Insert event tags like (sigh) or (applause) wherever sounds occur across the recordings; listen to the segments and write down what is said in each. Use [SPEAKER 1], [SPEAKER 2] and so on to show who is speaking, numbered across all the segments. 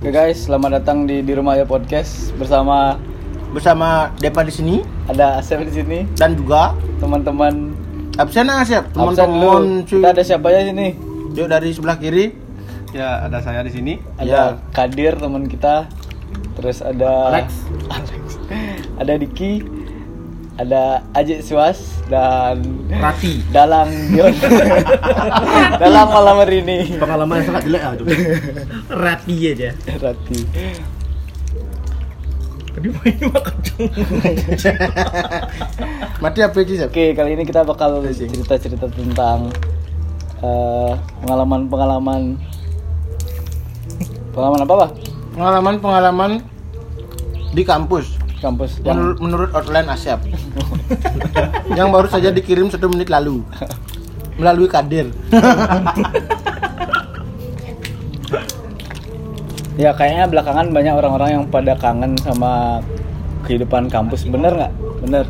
[SPEAKER 1] Oke guys, selamat datang di di rumah ya podcast bersama
[SPEAKER 2] bersama Depa di sini
[SPEAKER 1] ada Asep di sini,
[SPEAKER 2] dan juga
[SPEAKER 1] teman-teman
[SPEAKER 2] absen Asep
[SPEAKER 1] absen
[SPEAKER 2] teman-teman
[SPEAKER 1] lu.
[SPEAKER 2] cuy.
[SPEAKER 1] Kita ada siapa ya sini?
[SPEAKER 2] Yuk, dari sebelah kiri
[SPEAKER 3] Ya, ada saya di sini.
[SPEAKER 1] Ada
[SPEAKER 2] Ya.
[SPEAKER 1] Kadir teman kita, terus ada
[SPEAKER 3] Alex.
[SPEAKER 1] Alex. ada Diki, ada Ajit Siwas dan
[SPEAKER 3] Rati.
[SPEAKER 1] Dalang
[SPEAKER 2] (laughs)
[SPEAKER 1] Dion. Dalang malam hari ini.
[SPEAKER 3] Pengalaman yang sangat jelek ah, Rati aja.
[SPEAKER 1] Rati.
[SPEAKER 3] Tadi main makan
[SPEAKER 2] (laughs) mati apa sih Asep?
[SPEAKER 1] Oke, kali ini kita bakal cerita-cerita tentang eh, pengalaman-pengalaman pengalaman apa, Pak?
[SPEAKER 2] pengalaman-pengalaman di kampus
[SPEAKER 1] Kampus yang
[SPEAKER 2] menurut, menurut outline Asep (laughs) yang baru saja dikirim satu menit lalu melalui Kadir
[SPEAKER 1] ya kayaknya belakangan banyak orang-orang yang pada kangen sama kehidupan kampus. Bener nggak? Bener.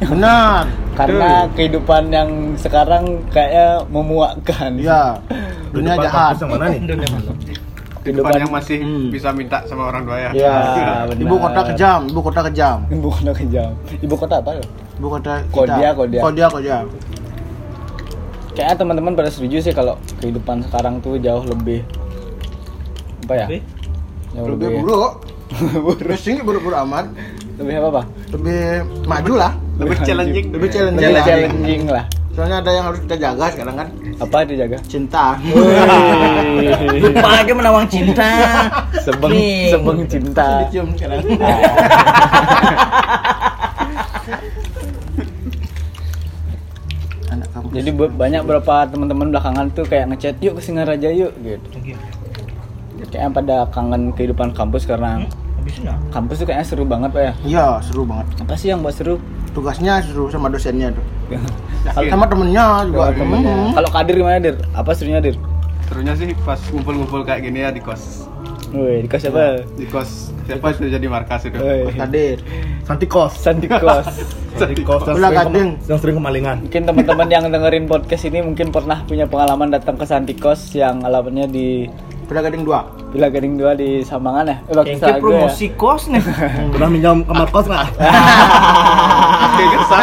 [SPEAKER 2] benar
[SPEAKER 1] Karena kehidupan yang sekarang kayaknya memuakkan.
[SPEAKER 2] iya dunia jahat
[SPEAKER 3] mana nih?
[SPEAKER 1] Kehidupan
[SPEAKER 3] yang masih
[SPEAKER 2] Hmm.
[SPEAKER 3] bisa minta sama orang tua ya.
[SPEAKER 1] Iya, benar.
[SPEAKER 2] ibu kota kejam ibu kota kejam
[SPEAKER 1] Ibu kota kejam. Ibu kota apa ya?
[SPEAKER 2] ibu kota kita.
[SPEAKER 1] Kodia, Kodia.
[SPEAKER 2] kodia kodia
[SPEAKER 1] Kayaknya teman-teman pada setuju sih kalau kehidupan sekarang tuh jauh lebih apa ya?
[SPEAKER 3] Lebih?
[SPEAKER 1] Jauh
[SPEAKER 2] lebih buruk lebih tinggi buruk-buruk amat
[SPEAKER 1] Lebih apa, Pak?
[SPEAKER 2] lebih maju lah
[SPEAKER 3] (laughs) Lebih challenging.
[SPEAKER 2] Lebih challenging.
[SPEAKER 1] Lebih challenging lah.
[SPEAKER 2] soalnya ada yang harus kita jaga sekarang kan
[SPEAKER 1] Apa dijaga?
[SPEAKER 2] cinta
[SPEAKER 4] Lupa lagi menawang cinta.
[SPEAKER 1] sebeng
[SPEAKER 4] Nih.
[SPEAKER 1] sebeng cinta.
[SPEAKER 2] (laughs) dicium sekarang anak kamu
[SPEAKER 1] Jadi bu- banyak berapa teman-teman belakangan tuh kayak ngechat yuk ke Singaraja yuk gitu. Kayaknya pada kangen kehidupan kampus karena
[SPEAKER 4] Hmm?
[SPEAKER 1] kampus tuh kayaknya seru banget Pak, ya.
[SPEAKER 2] iya seru banget
[SPEAKER 1] Apa sih yang buat seru?
[SPEAKER 2] tugasnya seru sama dosennya tuh sama temennya juga
[SPEAKER 1] Temennya.
[SPEAKER 2] Hmm.
[SPEAKER 1] Kalau Kadir gimana Dir? Apa serunya Dir?
[SPEAKER 3] Serunya sih pas ngumpul-ngumpul kayak gini ya di kos.
[SPEAKER 1] Wih, di kos apa?
[SPEAKER 3] Di kos siapa itu jadi markas itu.
[SPEAKER 1] Wih,
[SPEAKER 2] Kadir
[SPEAKER 1] Sandi oh, kos.
[SPEAKER 3] (laughs) Jadi kos.
[SPEAKER 2] Ulah gading
[SPEAKER 1] Mungkin teman-teman yang dengerin podcast ini mungkin pernah punya pengalaman datang ke Santikos yang alamatnya di
[SPEAKER 2] Ulah gading dua
[SPEAKER 1] Villa Gading 2 di Sambangan ya. Eh,
[SPEAKER 4] Yang
[SPEAKER 1] Bangsa Agro ya?
[SPEAKER 4] promosi kos nih.
[SPEAKER 5] (laughs) Pernah minjam kamar kos nggak?
[SPEAKER 3] Oke, kesal.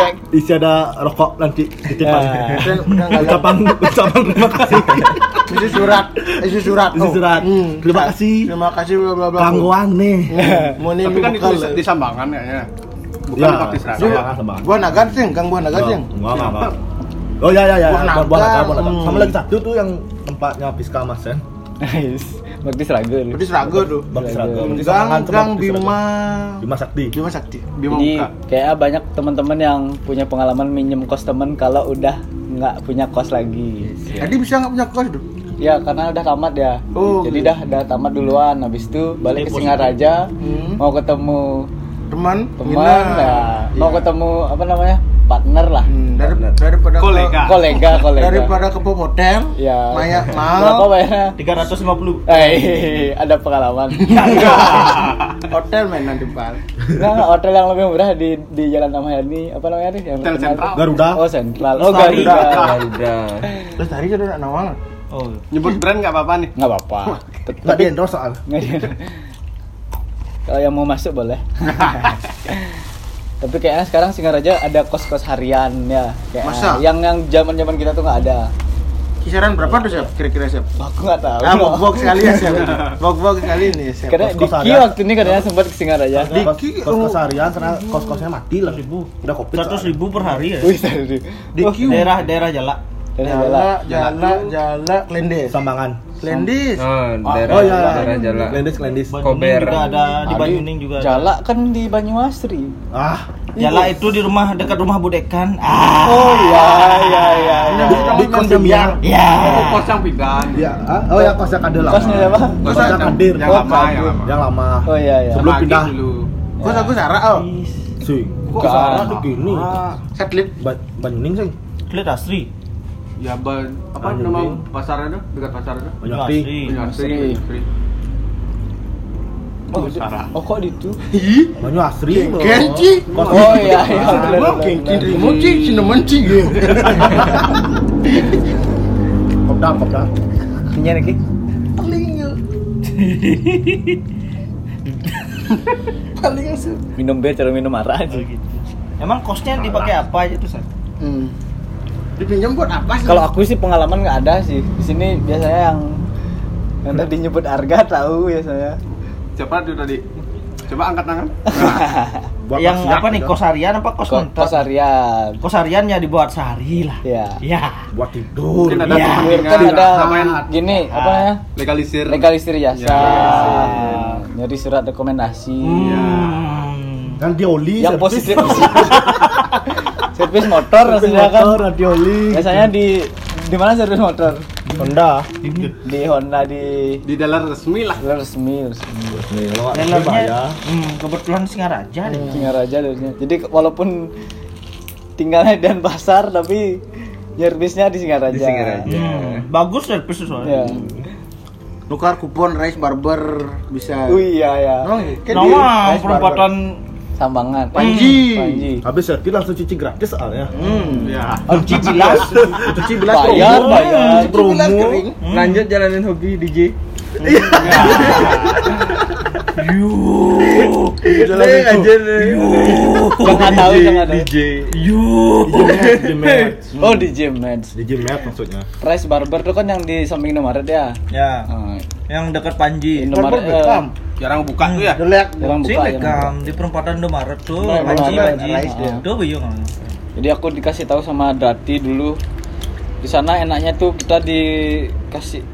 [SPEAKER 1] Ya,
[SPEAKER 5] Isi ada rokok nanti titipan.
[SPEAKER 1] ya.
[SPEAKER 2] Udah- udah nggak ada.
[SPEAKER 5] Ucapan ucapan terima kasih.
[SPEAKER 2] isi surat isi surat
[SPEAKER 5] Isi
[SPEAKER 2] oh.
[SPEAKER 5] surat.
[SPEAKER 2] Hmm.
[SPEAKER 5] Terima kasih.
[SPEAKER 2] terima kasih bla bla bla
[SPEAKER 5] Kangguan nih.
[SPEAKER 2] Hmm. mau nih
[SPEAKER 3] Tapi kan itu
[SPEAKER 2] bukan
[SPEAKER 3] di Sambangan kayaknya. Bukan
[SPEAKER 5] Ya.
[SPEAKER 3] di Pakti Serang.
[SPEAKER 2] Iya.
[SPEAKER 5] Sama, sama.
[SPEAKER 2] gua nagar sih kang gua nagar sih
[SPEAKER 5] Enggak, enggak, enggak. Oh ya ya ya,
[SPEAKER 2] Buah
[SPEAKER 5] buah buah
[SPEAKER 2] naga.
[SPEAKER 5] naga, buah naga.
[SPEAKER 2] Hmm.
[SPEAKER 5] Sama lagi satu tuh yang tempatnya Piska Mas kan.
[SPEAKER 1] (laughs) Nice. Bakti Seragen.
[SPEAKER 2] berarti seraga tuh
[SPEAKER 5] Bakti Seraga.
[SPEAKER 2] iya. gang
[SPEAKER 5] Bakti Sarangan sama
[SPEAKER 2] gang
[SPEAKER 5] Bakti Seraga.
[SPEAKER 2] bima
[SPEAKER 5] Bima Sakti.
[SPEAKER 2] bima sakti
[SPEAKER 3] Bima
[SPEAKER 1] Jadi
[SPEAKER 3] Muka.
[SPEAKER 1] kayaknya banyak teman-teman yang punya pengalaman minjem kos temen kalau udah nggak punya kos lagi.
[SPEAKER 2] jadi Eh, bisa nggak punya kos tuh
[SPEAKER 1] Ya karena udah tamat ya.
[SPEAKER 2] Oh,
[SPEAKER 1] Jadi
[SPEAKER 2] gitu.
[SPEAKER 1] dah udah tamat duluan. Habis itu balik ke Singaraja
[SPEAKER 2] Hmm.
[SPEAKER 1] mau ketemu
[SPEAKER 2] teman
[SPEAKER 1] teman
[SPEAKER 2] Nah,
[SPEAKER 1] ya. Mau
[SPEAKER 2] iya.
[SPEAKER 1] ketemu apa namanya? partner lah.
[SPEAKER 2] Hmm, dari- daripada ke-
[SPEAKER 3] Kolega.
[SPEAKER 2] (laughs)
[SPEAKER 1] Kolega, kolega.
[SPEAKER 2] daripada ke pom hotel
[SPEAKER 1] ya. (laughs)
[SPEAKER 2] maya
[SPEAKER 1] Berapa
[SPEAKER 2] mal
[SPEAKER 1] bayarnya?
[SPEAKER 4] 350.
[SPEAKER 1] ya. Eh, (laughs) ada pengalaman.
[SPEAKER 2] (laughs) Iya, hotel main nanti pal
[SPEAKER 1] Nah, nggak, hotel yang lebih murah di di Jalan Amhani apa namanya nih? Yang
[SPEAKER 3] Hotel
[SPEAKER 1] terkenal.
[SPEAKER 3] Sentral.
[SPEAKER 5] Garuda.
[SPEAKER 1] Oh, Sentral. Oh,
[SPEAKER 4] Lestari.
[SPEAKER 1] Garuda.
[SPEAKER 2] terus tadi sudah nak nawal
[SPEAKER 4] Oh.
[SPEAKER 3] Nyebut brand enggak apa-apa nih.
[SPEAKER 1] Nggak apa-apa. Tet-
[SPEAKER 5] Tadi endorse soal.
[SPEAKER 1] Nggak ada. (laughs) Kalau yang mau masuk
[SPEAKER 2] (laughs)
[SPEAKER 1] boleh. Tapi kayaknya sekarang Singaraja ada kos-kos harian ya. Kayak
[SPEAKER 2] Masa?
[SPEAKER 1] yang yang zaman-zaman kita tuh nggak ada.
[SPEAKER 2] kisaran berapa tuh siap kira-kira siap
[SPEAKER 1] Aku nggak tahu.
[SPEAKER 2] ah bok bok sekali ya
[SPEAKER 1] (laughs)
[SPEAKER 2] siap bok bok sekali nih
[SPEAKER 4] Eh,
[SPEAKER 2] siap
[SPEAKER 1] Karena
[SPEAKER 5] kos-kos
[SPEAKER 1] Diki
[SPEAKER 5] harian.
[SPEAKER 1] waktu ini katanya sempat ke Singaraja.
[SPEAKER 2] Di- Diki,
[SPEAKER 5] Kos
[SPEAKER 2] oh.
[SPEAKER 5] kos harian karena kos kosnya mati lah.
[SPEAKER 4] Ribu.
[SPEAKER 5] Udah covid.
[SPEAKER 4] 100
[SPEAKER 5] soalnya.
[SPEAKER 4] ribu per hari ya.
[SPEAKER 1] Wih, sorry.
[SPEAKER 2] di
[SPEAKER 1] Oh,
[SPEAKER 2] Q
[SPEAKER 4] Daerah-daerah jalak.
[SPEAKER 1] dari
[SPEAKER 2] jala
[SPEAKER 1] Bella.
[SPEAKER 2] jala jala lendes
[SPEAKER 5] Sambangan.
[SPEAKER 2] lendes
[SPEAKER 6] Oh, daerah,
[SPEAKER 5] Oh ya,
[SPEAKER 6] daerah jalan.
[SPEAKER 5] Lendis Lendis.
[SPEAKER 4] Banyuning
[SPEAKER 6] Kober.
[SPEAKER 4] juga ada di
[SPEAKER 1] Tadi
[SPEAKER 4] Banyuning juga. ada.
[SPEAKER 1] Jalak kan di Banyuasri.
[SPEAKER 5] Ah,
[SPEAKER 4] Jalak itu di rumah dekat rumah Budekan. Ah.
[SPEAKER 1] Oh iya iya iya.
[SPEAKER 4] Oh,
[SPEAKER 2] Ini
[SPEAKER 1] iya.
[SPEAKER 2] bukan
[SPEAKER 5] di
[SPEAKER 2] main
[SPEAKER 5] kosnya
[SPEAKER 2] biliar.
[SPEAKER 3] Oh,
[SPEAKER 5] Mia.
[SPEAKER 4] Ya.
[SPEAKER 3] kos yang pindahan.
[SPEAKER 5] Ya, ah, oh ya kosnya kade lama.
[SPEAKER 1] Kosnya siapa?
[SPEAKER 5] Kosnya kadir.
[SPEAKER 3] Yang
[SPEAKER 5] Oh,
[SPEAKER 3] lama, yang lama. ya.
[SPEAKER 5] Yang lama.
[SPEAKER 1] Oh iya iya.
[SPEAKER 5] Sebelum
[SPEAKER 3] Lagi
[SPEAKER 5] pindah.
[SPEAKER 3] dulu.
[SPEAKER 2] Kok aku Sarah oh.
[SPEAKER 5] Sih, kok
[SPEAKER 1] Bukan.
[SPEAKER 5] Sarah tuh gini?
[SPEAKER 2] Setlip.
[SPEAKER 5] Ba- Banyuning sih,
[SPEAKER 4] Klit Asri.
[SPEAKER 3] Ya ban apa
[SPEAKER 5] Tanjung
[SPEAKER 3] nama
[SPEAKER 5] Bing.
[SPEAKER 3] pasarnya tuh? Dekat pasarnya tuh?
[SPEAKER 5] Banyuning.
[SPEAKER 3] Punya Sri,
[SPEAKER 1] Sri.
[SPEAKER 3] Sri.
[SPEAKER 1] Oh,
[SPEAKER 3] Itu Sarah.
[SPEAKER 1] oh kok di itu?
[SPEAKER 5] Banyu Asri.
[SPEAKER 3] Iya,
[SPEAKER 5] bro.
[SPEAKER 2] Kenci.
[SPEAKER 5] Kos-
[SPEAKER 1] Oh iya iya. bener,
[SPEAKER 2] Mau
[SPEAKER 1] bener,
[SPEAKER 2] kenci
[SPEAKER 1] bener.
[SPEAKER 2] dirimu sih cinemen sih.
[SPEAKER 5] Kopdar, kopdar.
[SPEAKER 1] Ini lagi.
[SPEAKER 2] paling su-
[SPEAKER 1] minum bir cara minum marah aja
[SPEAKER 4] Emang kosnya dipakai apa aja tuh? San?
[SPEAKER 2] hmm. dipinjam buat apa sih
[SPEAKER 1] kalau aku sih pengalaman nggak ada sih di sini biasanya yang yang tadi nyebut harga tahu biasanya
[SPEAKER 3] Siapa tuh tadi? Coba angkat tangan.
[SPEAKER 5] Buat
[SPEAKER 4] Yang
[SPEAKER 5] maksiat
[SPEAKER 4] apa nih
[SPEAKER 5] gitu.
[SPEAKER 4] kos harian apa kos
[SPEAKER 1] kos,
[SPEAKER 4] kontrak?
[SPEAKER 1] kos harian
[SPEAKER 4] Kos hariannya dibuat sehari lah.
[SPEAKER 1] Iya.
[SPEAKER 4] Iya.
[SPEAKER 5] Buat tidur.
[SPEAKER 3] Mungkin ada
[SPEAKER 4] Iya.
[SPEAKER 3] kepentingan
[SPEAKER 1] kan ada
[SPEAKER 3] samain
[SPEAKER 1] gini apa
[SPEAKER 4] Ah.
[SPEAKER 1] ya
[SPEAKER 3] legalisir.
[SPEAKER 1] legalisir jasa
[SPEAKER 3] Ya,
[SPEAKER 1] nyari surat rekomendasi
[SPEAKER 3] Iya.
[SPEAKER 4] Hmm.
[SPEAKER 5] Ganti oli.
[SPEAKER 1] yang
[SPEAKER 5] servis.
[SPEAKER 1] positif (laughs) servis motor
[SPEAKER 5] Servis
[SPEAKER 1] maksudnya kan
[SPEAKER 5] motor, ganti oli.
[SPEAKER 1] biasanya di di mana servis motor
[SPEAKER 5] Honda.
[SPEAKER 1] di Honda di
[SPEAKER 3] Di dalam resmi lah.
[SPEAKER 1] resmi resmi
[SPEAKER 5] Nih, kalau
[SPEAKER 2] Iya,
[SPEAKER 5] nggak
[SPEAKER 4] Dalamnya,
[SPEAKER 5] bahaya.
[SPEAKER 4] hmm, kebetulan Singaraja deh.
[SPEAKER 1] Singaraja dulunya. Jadi walaupun tinggalnya di Denpasar tapi nyervisnya di Singaraja.
[SPEAKER 3] Di Singaraja.
[SPEAKER 2] Iya.
[SPEAKER 4] Hmm. Bagus deh persis
[SPEAKER 1] Iya.
[SPEAKER 4] soalnya.
[SPEAKER 2] nukar kupon rice barber bisa
[SPEAKER 1] Oh iya ya.
[SPEAKER 2] Emang kayak di
[SPEAKER 4] Nama
[SPEAKER 2] Rice
[SPEAKER 4] perempatan
[SPEAKER 1] Sambangan.
[SPEAKER 2] Panji.
[SPEAKER 1] Panji.
[SPEAKER 5] Iya. Habis servis langsung cuci gratis soalnya.
[SPEAKER 2] Hmm.
[SPEAKER 3] Iya.
[SPEAKER 4] Panci Cilas.
[SPEAKER 2] barber. cuci belas
[SPEAKER 1] Bayar,
[SPEAKER 2] kering.
[SPEAKER 1] bayar.
[SPEAKER 2] cuci belas
[SPEAKER 5] Promo.
[SPEAKER 2] kering
[SPEAKER 4] Nah,
[SPEAKER 6] Lanjut jalanin hobi DJ.
[SPEAKER 4] Yuh.
[SPEAKER 6] Jalan aja deh.
[SPEAKER 1] Jangan tahu, jangan tahu.
[SPEAKER 6] DJ.
[SPEAKER 5] DJ Max.
[SPEAKER 1] Oh di gym match.
[SPEAKER 5] DJ Max maksudnya.
[SPEAKER 1] Price Barber tuh kan yang di samping Indomaret ya.
[SPEAKER 4] Ya,
[SPEAKER 1] Nah,
[SPEAKER 4] yang dekat Panji.
[SPEAKER 1] Indomaret. eh,
[SPEAKER 3] Jarang buka tuh ya.
[SPEAKER 2] dilihat
[SPEAKER 1] Jarang
[SPEAKER 4] Si
[SPEAKER 1] buka ya.
[SPEAKER 4] Beckham di perempatan Indomaret tuh,
[SPEAKER 1] Nah,
[SPEAKER 4] Panji
[SPEAKER 2] Indomaret,
[SPEAKER 4] Panji.
[SPEAKER 2] Rice dia.
[SPEAKER 4] Tuh buyung.
[SPEAKER 1] Jadi aku dikasih tahu sama Dati dulu. Di sana enaknya tuh kita dikasih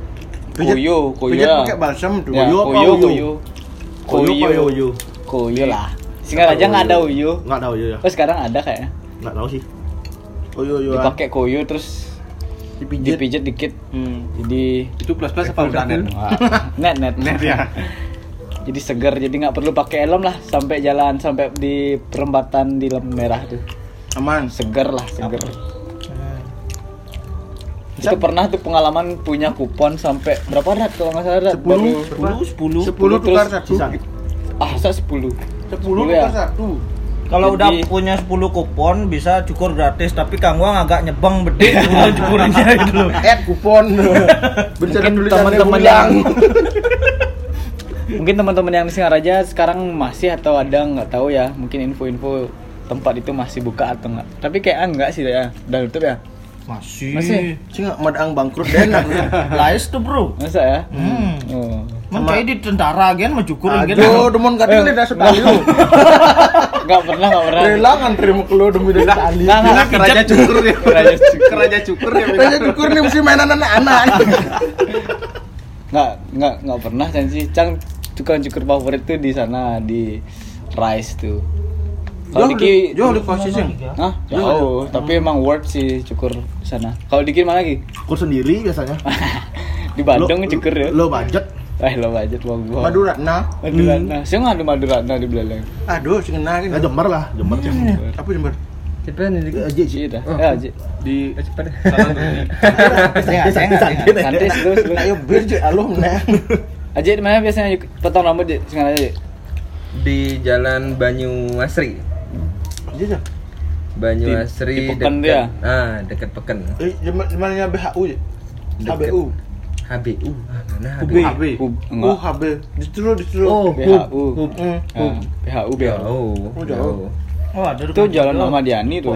[SPEAKER 2] Pijat-
[SPEAKER 1] koyo, koyo.
[SPEAKER 2] pijat
[SPEAKER 1] ya.
[SPEAKER 2] pakai balsam tuh.
[SPEAKER 1] Ya,
[SPEAKER 2] Koyo apa
[SPEAKER 1] koyo,
[SPEAKER 2] uyu?
[SPEAKER 1] koyo.
[SPEAKER 5] Koyo, koyo, uyu.
[SPEAKER 1] Koyo lah. Singaraja nggak ada uyu.
[SPEAKER 5] Nggak tahu ya ya.
[SPEAKER 1] Oh sekarang ada kayaknya.
[SPEAKER 5] Nggak tahu sih.
[SPEAKER 2] oh yo
[SPEAKER 4] ya.
[SPEAKER 2] yo
[SPEAKER 1] Dipakai koyo terus
[SPEAKER 2] dipijit
[SPEAKER 1] dipijit dikit. Jadi
[SPEAKER 3] Itu plus plus apa udah net?
[SPEAKER 1] net net.
[SPEAKER 3] Net ya.
[SPEAKER 1] (laughs) Jadi segar jadi nggak perlu pakai helm lah sampai jalan sampai di perempatan di lampu merah tuh.
[SPEAKER 2] aman
[SPEAKER 1] Segar lah, segar. Itu pernah tuh pengalaman punya kupon sampai berapa rat kalau nggak salah rat?
[SPEAKER 2] Sepuluh.
[SPEAKER 1] Baru-
[SPEAKER 4] Sepuluh, sepuluh.
[SPEAKER 2] sepuluh
[SPEAKER 1] terus
[SPEAKER 2] tukar satu
[SPEAKER 5] Sisa.
[SPEAKER 1] Ah, saya 10.
[SPEAKER 2] sepuluh
[SPEAKER 1] Sepuluh ya?
[SPEAKER 2] tukar satu
[SPEAKER 4] Kalau udah
[SPEAKER 1] Jadi-
[SPEAKER 4] punya 10 kupon bisa cukur gratis, tapi Kang Wang agak nyebang bedek
[SPEAKER 1] Iya.
[SPEAKER 4] kalau cukurnya gitu loh.
[SPEAKER 2] add (laughs) kupon bencana
[SPEAKER 1] Mungkin
[SPEAKER 2] dulu
[SPEAKER 1] teman-teman yang Mungkin teman-teman yang di Singaraja sekarang masih atau ada nggak tahu ya, mungkin info-info tempat itu masih buka atau nggak. Tapi kayaknya enggak sih ya, udah tutup ya.
[SPEAKER 4] Masih.
[SPEAKER 1] (laughs) Masih.
[SPEAKER 2] cing madang bangkrut dan
[SPEAKER 4] Lais tuh, Bro.
[SPEAKER 1] Masa ya?
[SPEAKER 4] Hmm.
[SPEAKER 1] Oh.
[SPEAKER 4] Mun cai di tentara gen mah cukur gen.
[SPEAKER 2] aduh Eh. demon katil dah sekali lu
[SPEAKER 1] Gak pernah, gak pernah.
[SPEAKER 2] rela ngantri mu keluar demi dari sekali
[SPEAKER 1] Nah, nah,
[SPEAKER 3] Nah, keraja cukur ya.
[SPEAKER 1] Keraja cukur.
[SPEAKER 3] Keraja cukur ya.
[SPEAKER 2] Raja cukur nih mesti mainan (laughs) anak-anak
[SPEAKER 1] nggak nggak nggak pernah Chan sih Cang tukang cukur favorit tuh di sana di Rice tuh kalau Diki
[SPEAKER 2] jauh di posisi sing
[SPEAKER 1] Hah? jauh tapi emang worth sih cukur di sana kalau Diki mana lagi (laughs)
[SPEAKER 5] Kur sendiri biasanya.
[SPEAKER 1] di Bandung cukur ya
[SPEAKER 5] Lo budget.
[SPEAKER 1] eh lo budget mau gua
[SPEAKER 2] Maduratna
[SPEAKER 1] Madurana siapa ada Madurana di Belakang
[SPEAKER 2] aduh sing kenal
[SPEAKER 5] Ya Jember lah, Jember.
[SPEAKER 4] Iya.
[SPEAKER 5] (laughs)
[SPEAKER 2] apa jember
[SPEAKER 6] Cepet nih Dik.
[SPEAKER 5] Aja sih.
[SPEAKER 1] Ji dah ya Ji
[SPEAKER 3] Di
[SPEAKER 6] Cepet.
[SPEAKER 1] (laughs)
[SPEAKER 3] sana tuh.
[SPEAKER 2] Eh,
[SPEAKER 5] Santai-santai.
[SPEAKER 1] nanti terus
[SPEAKER 2] nah yo bir je alum nah
[SPEAKER 1] Aji di mana biasanya yuk- potong rambut Ji sekarang aja
[SPEAKER 6] Di Jalan Banyu Asri.
[SPEAKER 2] Iya,
[SPEAKER 6] Banyu
[SPEAKER 1] Di- di
[SPEAKER 6] Asri
[SPEAKER 1] Peken
[SPEAKER 6] dekat-
[SPEAKER 1] dia.
[SPEAKER 6] Ah, dekat Peken.
[SPEAKER 2] eh jember jembernya BHU je
[SPEAKER 6] Deket.
[SPEAKER 2] HBU
[SPEAKER 6] HBU. Ah, Mana
[SPEAKER 2] HB
[SPEAKER 6] HBU?
[SPEAKER 3] HB.
[SPEAKER 1] Hub
[SPEAKER 2] Oh,
[SPEAKER 1] enggak
[SPEAKER 2] HB. Distro, distro.
[SPEAKER 6] Oh,
[SPEAKER 1] BHU
[SPEAKER 2] Hmm.
[SPEAKER 1] Ah, BHU BHU
[SPEAKER 6] Jauh.
[SPEAKER 2] Oh, jauh.
[SPEAKER 6] jauh.
[SPEAKER 4] Oh, ada
[SPEAKER 1] itu jalan Ahmadiani tuh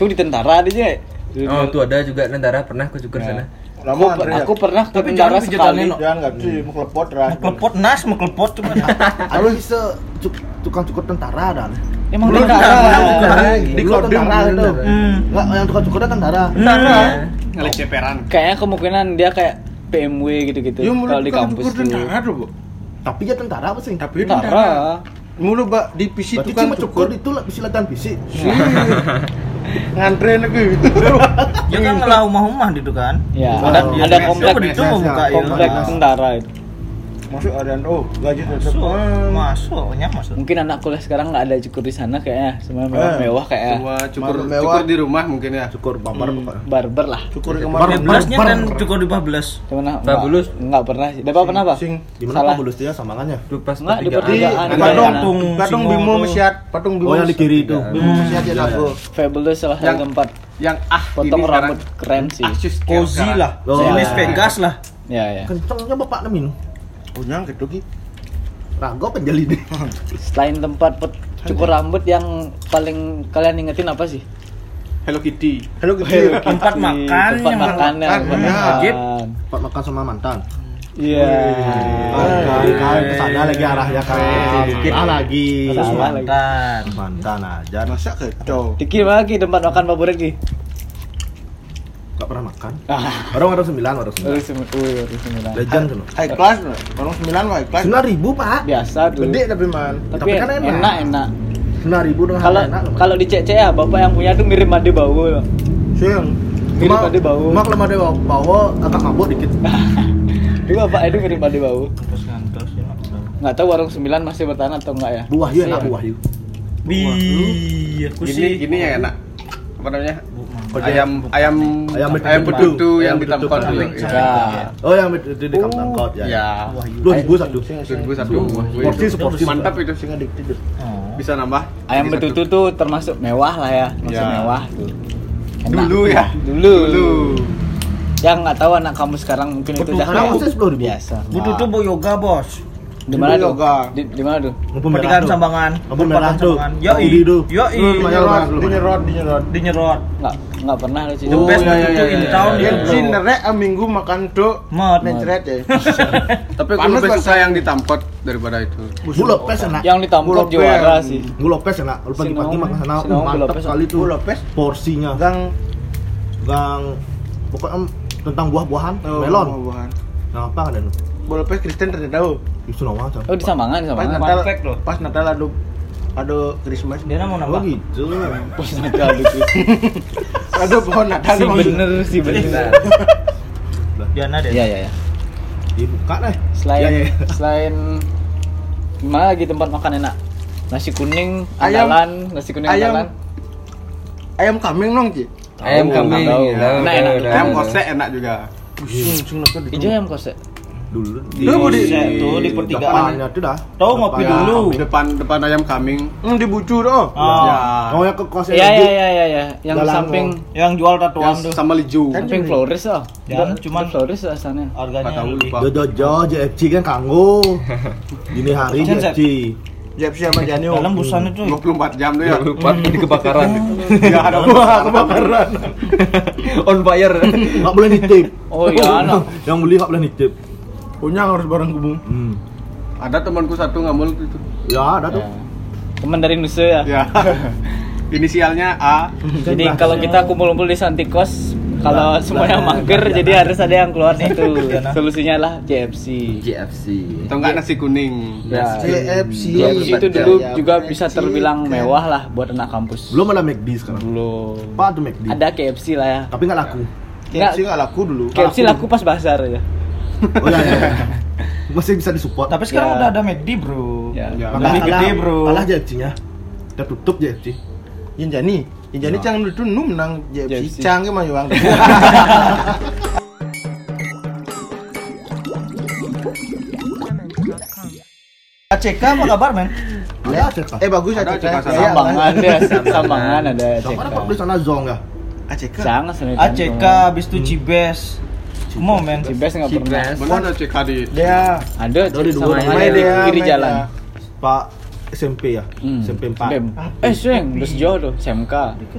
[SPEAKER 1] tuh di tentara ada Ji
[SPEAKER 6] Oh, tuh ada juga tentara pernah aku cukur
[SPEAKER 1] Ya.
[SPEAKER 6] sana.
[SPEAKER 2] Lama ya?
[SPEAKER 1] aku,
[SPEAKER 2] antrean.
[SPEAKER 1] aku pernah ke
[SPEAKER 4] Tapi
[SPEAKER 1] tentara
[SPEAKER 4] jangan pijetannya,
[SPEAKER 1] sekali
[SPEAKER 4] no.
[SPEAKER 2] Jangan enggak
[SPEAKER 5] Iya,
[SPEAKER 2] sih, mau kelepot ras.
[SPEAKER 4] Klepot nas, mau klepot cuma.
[SPEAKER 5] Ada bisa cuk- tukang cukur tentara ada.
[SPEAKER 1] emang
[SPEAKER 2] Belum
[SPEAKER 1] tentara
[SPEAKER 2] Nah, Di gitu. kodem dulu.
[SPEAKER 5] itu.
[SPEAKER 4] Hmm.
[SPEAKER 5] Enggak, gitu. yang
[SPEAKER 2] Nah.
[SPEAKER 5] tukang cukurnya tentara.
[SPEAKER 6] Tentara.
[SPEAKER 3] Ngelek ceperan.
[SPEAKER 1] kayaknya kemungkinan dia kayak PMW gitu-gitu
[SPEAKER 3] Iya,
[SPEAKER 2] Yo,
[SPEAKER 1] kalau di kampus
[SPEAKER 2] tuh.
[SPEAKER 1] tuh
[SPEAKER 2] Tentara tuh, Bu.
[SPEAKER 5] Tapi ya tentara apa sih?
[SPEAKER 2] Tapi
[SPEAKER 1] tentara
[SPEAKER 2] Mulu bak di PC
[SPEAKER 5] Berarti
[SPEAKER 2] tukang Oh,
[SPEAKER 5] cuma cukur itu lah bisa latihan fisik.
[SPEAKER 2] Ngantri nek
[SPEAKER 4] Ya kan lah rumah-rumah gitu kan.
[SPEAKER 1] ya
[SPEAKER 5] Wow.
[SPEAKER 1] ada
[SPEAKER 5] Dia
[SPEAKER 1] ada
[SPEAKER 3] smash,
[SPEAKER 1] komplek
[SPEAKER 3] dia
[SPEAKER 4] Itu mau buka ya.
[SPEAKER 1] komplek
[SPEAKER 5] Nah.
[SPEAKER 1] tentara itu
[SPEAKER 2] Masuk iya. ada oh, gaji tetap.
[SPEAKER 4] Masuk, masuknya masuk.
[SPEAKER 1] mungkin anak kuliah sekarang nggak ada cukur di sana kayaknya semuanya mewah mewah kayaknya
[SPEAKER 3] Cuma cukur
[SPEAKER 2] Mewah.
[SPEAKER 3] cukur di rumah mungkin ya.
[SPEAKER 5] Cukur baper pokoknya.
[SPEAKER 1] barber lah
[SPEAKER 2] Hmm. Cukur di
[SPEAKER 5] Baru
[SPEAKER 2] kemarin.
[SPEAKER 5] beli
[SPEAKER 4] Bablasnya
[SPEAKER 5] bar.
[SPEAKER 4] kan cukur di bablas.
[SPEAKER 1] cuman ah,
[SPEAKER 6] Fabulous.
[SPEAKER 1] nggak pernah sih Dapat pernah pak
[SPEAKER 2] Sing
[SPEAKER 5] Gimana
[SPEAKER 1] Salah.
[SPEAKER 5] Pak Bulus dia samangannya?
[SPEAKER 6] Tuh pas
[SPEAKER 1] Enggak, di
[SPEAKER 6] pertigaan.
[SPEAKER 2] di
[SPEAKER 1] pertigaan.
[SPEAKER 4] Ada
[SPEAKER 2] Nah, Patung,
[SPEAKER 4] Patung
[SPEAKER 2] Patung
[SPEAKER 4] Simo
[SPEAKER 2] Bimo
[SPEAKER 4] tuh.
[SPEAKER 2] Mesiat, Patung Bimo.
[SPEAKER 5] Oh, yang di kiri itu. Hmm.
[SPEAKER 2] Bimo Mesiat ya aku.
[SPEAKER 1] Fabulous salah satu
[SPEAKER 3] Yang- Ah.
[SPEAKER 1] tempat
[SPEAKER 3] Yang ah
[SPEAKER 1] potong rambut keren sih
[SPEAKER 3] Asus
[SPEAKER 4] Cozy lah,
[SPEAKER 5] Oh, iya.
[SPEAKER 4] Las Vegas lah.
[SPEAKER 1] ya ya
[SPEAKER 5] Kencengnya bapak nemin.
[SPEAKER 2] Punya gitu ki.
[SPEAKER 5] Rago
[SPEAKER 2] (laughs)
[SPEAKER 5] penjali deh.
[SPEAKER 1] selain tempat pet- cukur rambut yang paling kalian ingetin apa sih
[SPEAKER 3] Hello Kitty.
[SPEAKER 2] Halo gitu.
[SPEAKER 4] Tempat
[SPEAKER 1] Di
[SPEAKER 4] makan
[SPEAKER 1] tempat makan
[SPEAKER 4] yang makan.
[SPEAKER 1] ya tempat
[SPEAKER 3] ya.
[SPEAKER 1] makan.
[SPEAKER 5] Pak makan sama mantan.
[SPEAKER 1] iya
[SPEAKER 2] Kan kan kesana lagi
[SPEAKER 5] ya,
[SPEAKER 2] arahnya kan.
[SPEAKER 3] Sedikit.
[SPEAKER 2] Ah lagi.
[SPEAKER 1] Salah lagi.
[SPEAKER 4] Mantan.
[SPEAKER 5] Mantan aja. Mas
[SPEAKER 3] Masa kecoh.
[SPEAKER 1] Diki lagi tempat makan favorit Ki.
[SPEAKER 5] gak pernah makan.
[SPEAKER 1] Ah,
[SPEAKER 5] Orang orang sembilan, orang sembilan.
[SPEAKER 1] baru sem- uh, baru sembilan.
[SPEAKER 5] Legend kan. lo.
[SPEAKER 3] High class, no? orang sembilan mah high class.
[SPEAKER 5] Sembilan ribu pak.
[SPEAKER 1] Biasa dulu.
[SPEAKER 2] Gede tapi man.
[SPEAKER 1] Tapi,
[SPEAKER 5] Tapi kan enak.
[SPEAKER 1] enak enak.
[SPEAKER 5] Sembilan ribu dengan
[SPEAKER 1] Kalau
[SPEAKER 5] enak. lo, Pak.
[SPEAKER 1] kalau di CC ya bapak yang punya tuh mirip Ade Bawo.
[SPEAKER 5] siang.
[SPEAKER 1] Mirip pada bau.
[SPEAKER 5] Mak lemah dia bau- bawa agak mabuk dikit.
[SPEAKER 1] Dulu bapak Edu mirip Ade Bawo.
[SPEAKER 4] Terus ngantos ya.
[SPEAKER 1] Nggak tahu warung 9 masih bertahan atau enggak ya.
[SPEAKER 5] Buah ya enak
[SPEAKER 1] Masih
[SPEAKER 5] buah yuk.
[SPEAKER 4] Wih, aku
[SPEAKER 3] Gini,
[SPEAKER 4] sih.
[SPEAKER 3] gini yang enak. Apa namanya?
[SPEAKER 5] Kode-
[SPEAKER 3] ayam ayam
[SPEAKER 5] Ayam
[SPEAKER 3] kan ayam
[SPEAKER 5] betutu.
[SPEAKER 3] betutu yang
[SPEAKER 5] Ayam
[SPEAKER 3] hitam
[SPEAKER 5] betutu.
[SPEAKER 3] kol itu.
[SPEAKER 1] Ya.
[SPEAKER 3] Ya.
[SPEAKER 5] Oh yang itu di dekat angkot ya.
[SPEAKER 3] Ya.
[SPEAKER 5] Dua ribu satu.
[SPEAKER 3] Seribu satu.
[SPEAKER 5] Porsi seporsi.
[SPEAKER 3] Mantap itu sih.
[SPEAKER 5] dikit. tuh.
[SPEAKER 4] Oh.
[SPEAKER 3] Bisa nambah.
[SPEAKER 1] Ayam
[SPEAKER 3] Jadi
[SPEAKER 1] betutu
[SPEAKER 3] satu.
[SPEAKER 1] tuh termasuk mewah lah ya, termasuk
[SPEAKER 3] Ya.
[SPEAKER 1] mewah tuh. Enak.
[SPEAKER 3] Dulu ya.
[SPEAKER 1] Dulu.
[SPEAKER 3] Dulu.
[SPEAKER 1] Yang nggak tahu anak kamu sekarang mungkin itu udah
[SPEAKER 5] Sekarang
[SPEAKER 1] kayak
[SPEAKER 5] masih 10.000.
[SPEAKER 1] biasa.
[SPEAKER 4] Bu Tutu bu yoga bos.
[SPEAKER 1] Di mana
[SPEAKER 3] Dulu
[SPEAKER 1] tuh?
[SPEAKER 3] yoga.
[SPEAKER 1] Di, di mana tuh?
[SPEAKER 5] Lampu merah
[SPEAKER 4] Pertigaan
[SPEAKER 5] tuh.
[SPEAKER 4] Sambangan.
[SPEAKER 5] Lampu merah
[SPEAKER 4] Pertigaan
[SPEAKER 5] tuh.
[SPEAKER 4] Sambangan.
[SPEAKER 5] Tahu di tuh.
[SPEAKER 4] Yoi.
[SPEAKER 5] Hmm,
[SPEAKER 4] Yoi.
[SPEAKER 5] lumayan.
[SPEAKER 2] Dinyerot,
[SPEAKER 5] Lumayan.
[SPEAKER 2] dinyerot, dinyerot.
[SPEAKER 4] Di nyerot.
[SPEAKER 1] Nggak nggak pernah loh sih.
[SPEAKER 4] The best
[SPEAKER 2] Oh,
[SPEAKER 3] iya, iya,
[SPEAKER 4] betutu
[SPEAKER 3] iya,
[SPEAKER 4] in
[SPEAKER 3] iya,
[SPEAKER 4] town.
[SPEAKER 3] iya.
[SPEAKER 2] Yang
[SPEAKER 4] bro.
[SPEAKER 2] jin rek ah, minggu makan tuh.
[SPEAKER 4] Mat.
[SPEAKER 2] Mencret
[SPEAKER 4] (laughs)
[SPEAKER 2] ya.
[SPEAKER 3] Tapi aku
[SPEAKER 2] Panas,
[SPEAKER 3] lebih
[SPEAKER 2] Mas.
[SPEAKER 3] suka yang ditampot daripada itu.
[SPEAKER 5] Bu Lopez enak.
[SPEAKER 1] Yang ditampok
[SPEAKER 2] Gulopeng.
[SPEAKER 1] juara sih.
[SPEAKER 5] Bu Lopez enak. Lu pagi-pagi
[SPEAKER 1] Sinau,
[SPEAKER 5] makan sana
[SPEAKER 1] Sinau,
[SPEAKER 5] uh, mantap
[SPEAKER 1] Lopez.
[SPEAKER 5] sekali tuh.
[SPEAKER 2] Bu Lopez.
[SPEAKER 5] Porsinya
[SPEAKER 2] Gang
[SPEAKER 5] gang pokoknya em, tentang buah-buahan,
[SPEAKER 2] oh,
[SPEAKER 5] melon.
[SPEAKER 2] buah-buahan.
[SPEAKER 5] Nah, apa ada?
[SPEAKER 2] Bu Lopez Kristen ternyata tahu.
[SPEAKER 5] Itu nama aja.
[SPEAKER 1] Oh di Sambangan, di
[SPEAKER 2] Pas
[SPEAKER 1] Sambangan.
[SPEAKER 2] Natal.
[SPEAKER 4] fact loh.
[SPEAKER 2] Pas Natal ada ada Christmas.
[SPEAKER 4] Dia
[SPEAKER 5] Oh
[SPEAKER 4] mau nambah.
[SPEAKER 5] gitu.
[SPEAKER 1] Pas Natal gitu.
[SPEAKER 2] Ada pohon Natal.
[SPEAKER 1] Si
[SPEAKER 2] emang.
[SPEAKER 1] bener sih bener.
[SPEAKER 4] Diana deh.
[SPEAKER 1] Iya iya iya.
[SPEAKER 5] Dibuka deh.
[SPEAKER 1] Selain
[SPEAKER 5] Iya, iya.
[SPEAKER 1] selain mana lagi tempat makan enak? Nasi kuning,
[SPEAKER 2] Ayam.
[SPEAKER 1] andalan, nasi kuning
[SPEAKER 2] Ayam.
[SPEAKER 1] andalan.
[SPEAKER 2] Ayam kambing dong, Ci.
[SPEAKER 6] Ayam
[SPEAKER 1] Tahu,
[SPEAKER 6] kambing.
[SPEAKER 1] tahu.
[SPEAKER 6] Tahu,
[SPEAKER 1] Enak,
[SPEAKER 6] tahu,
[SPEAKER 1] enak.
[SPEAKER 6] tahu,
[SPEAKER 3] Ayam
[SPEAKER 6] tahu.
[SPEAKER 3] kosek enak juga.
[SPEAKER 2] Pusing, Hmm, sing leker di Iya.
[SPEAKER 1] Ijo ayam kosek.
[SPEAKER 5] Dulu.
[SPEAKER 3] Di-
[SPEAKER 2] Lu, Bu, di-
[SPEAKER 4] Itu di pertigaan.
[SPEAKER 5] Depannya tuh dah.
[SPEAKER 4] Tahu ngopi
[SPEAKER 3] Ya,
[SPEAKER 4] dulu.
[SPEAKER 3] depan depan ayam kambing.
[SPEAKER 2] Hmm, dibucu doh.
[SPEAKER 4] Oh.
[SPEAKER 3] Ya.
[SPEAKER 5] Oh ya ke kos
[SPEAKER 1] Iya iya iya iya iya. Yang
[SPEAKER 5] Jalan,
[SPEAKER 1] samping
[SPEAKER 4] Yang jual tatuan
[SPEAKER 3] Yang
[SPEAKER 4] tuh.
[SPEAKER 3] sama Liju.
[SPEAKER 1] samping Flores loh.
[SPEAKER 4] Jangan, cuman-
[SPEAKER 1] Flores asalnya.
[SPEAKER 3] Nggak
[SPEAKER 4] Harganya
[SPEAKER 3] tahu
[SPEAKER 4] lebih.
[SPEAKER 3] lupa.
[SPEAKER 5] Jojo JFC kan
[SPEAKER 4] (laughs)
[SPEAKER 5] kanggo. Dini hari
[SPEAKER 4] Jangan, Zak.
[SPEAKER 5] JFC.
[SPEAKER 2] Jepsi sama Janio.
[SPEAKER 4] Dalam
[SPEAKER 5] Hmm.
[SPEAKER 4] busana tuh.
[SPEAKER 3] 24 jam tuh ya.
[SPEAKER 6] Lupa di kebakaran.
[SPEAKER 3] Ya ada
[SPEAKER 5] Wah, kebakaran.
[SPEAKER 6] On fire.
[SPEAKER 5] Enggak boleh nitip.
[SPEAKER 1] (laughs) Oh
[SPEAKER 5] (laughs)
[SPEAKER 1] iya, anak.
[SPEAKER 5] Yang beli enggak boleh nitip.
[SPEAKER 2] Punya harus barang kubung.
[SPEAKER 5] Hmm.
[SPEAKER 3] (laughs) Ada temanku satu ngamul itu.
[SPEAKER 5] Ya, ada tuh.
[SPEAKER 1] Ya. Teman dari Nusa ya.
[SPEAKER 3] (laughs) Ya. Inisialnya A.
[SPEAKER 1] Jadi kalau kita kumpul-kumpul di Santikos, kalau semuanya mager, jadi harus ada yang keluar (laughs) satu. Solusinya lah JFC.
[SPEAKER 6] Ya, JFC.
[SPEAKER 3] Atau enggak nasi kuning.
[SPEAKER 1] Ya.
[SPEAKER 2] JFC.
[SPEAKER 1] JFC itu dulu
[SPEAKER 2] Ya,
[SPEAKER 1] juga
[SPEAKER 2] JFC,
[SPEAKER 1] bisa terbilang
[SPEAKER 2] kan.
[SPEAKER 1] mewah lah buat anak kampus.
[SPEAKER 5] Belum ada McD sekarang.
[SPEAKER 1] Belum.
[SPEAKER 5] Apa tuh McD?
[SPEAKER 1] Ada KFC lah ya.
[SPEAKER 5] Tapi enggak laku.
[SPEAKER 2] Jepsi enggak laku dulu.
[SPEAKER 1] KFC laku pas bazar ya.
[SPEAKER 5] Oh iya, iya. Masih bisa disupport.
[SPEAKER 4] Tapi
[SPEAKER 1] Ya.
[SPEAKER 4] sekarang udah ada McD bro.
[SPEAKER 1] Ya.
[SPEAKER 3] Ya.
[SPEAKER 4] Lebih gede, bro.
[SPEAKER 5] Alah JFC-nya. Udah tutup JFC.
[SPEAKER 2] Yin Jani. Yin
[SPEAKER 5] Ya.
[SPEAKER 2] Jani cang dulu nu menang
[SPEAKER 1] JFC.
[SPEAKER 2] Jepsi. Cang ke mah ya, yuang.
[SPEAKER 4] ACK apa kabar men?
[SPEAKER 5] Ada ACK.
[SPEAKER 2] Eh bagus aja.
[SPEAKER 3] Ada juga sama
[SPEAKER 1] Sambangan ada, sambangan ya. ada.
[SPEAKER 5] Sama ada
[SPEAKER 1] CK.
[SPEAKER 5] Pak di sana Zong ya.
[SPEAKER 2] ACK.
[SPEAKER 1] Jangan sebenarnya.
[SPEAKER 5] Ah,
[SPEAKER 4] ACK habis
[SPEAKER 5] Hmm.
[SPEAKER 4] itu Cibes. Mau men.
[SPEAKER 1] Cibes nggak pernah.
[SPEAKER 6] Cibes.
[SPEAKER 3] Benar ada cek di
[SPEAKER 2] Dia
[SPEAKER 1] Ada
[SPEAKER 5] Dari dulu,
[SPEAKER 1] sama
[SPEAKER 6] main
[SPEAKER 1] ada di
[SPEAKER 2] dia,
[SPEAKER 1] kiri
[SPEAKER 2] main
[SPEAKER 1] jalan.
[SPEAKER 2] dia.
[SPEAKER 5] Pak SMP ya.
[SPEAKER 1] Hmm.
[SPEAKER 5] SMP 4.
[SPEAKER 1] Bem. Eh, seng, udah sejauh tuh SMK.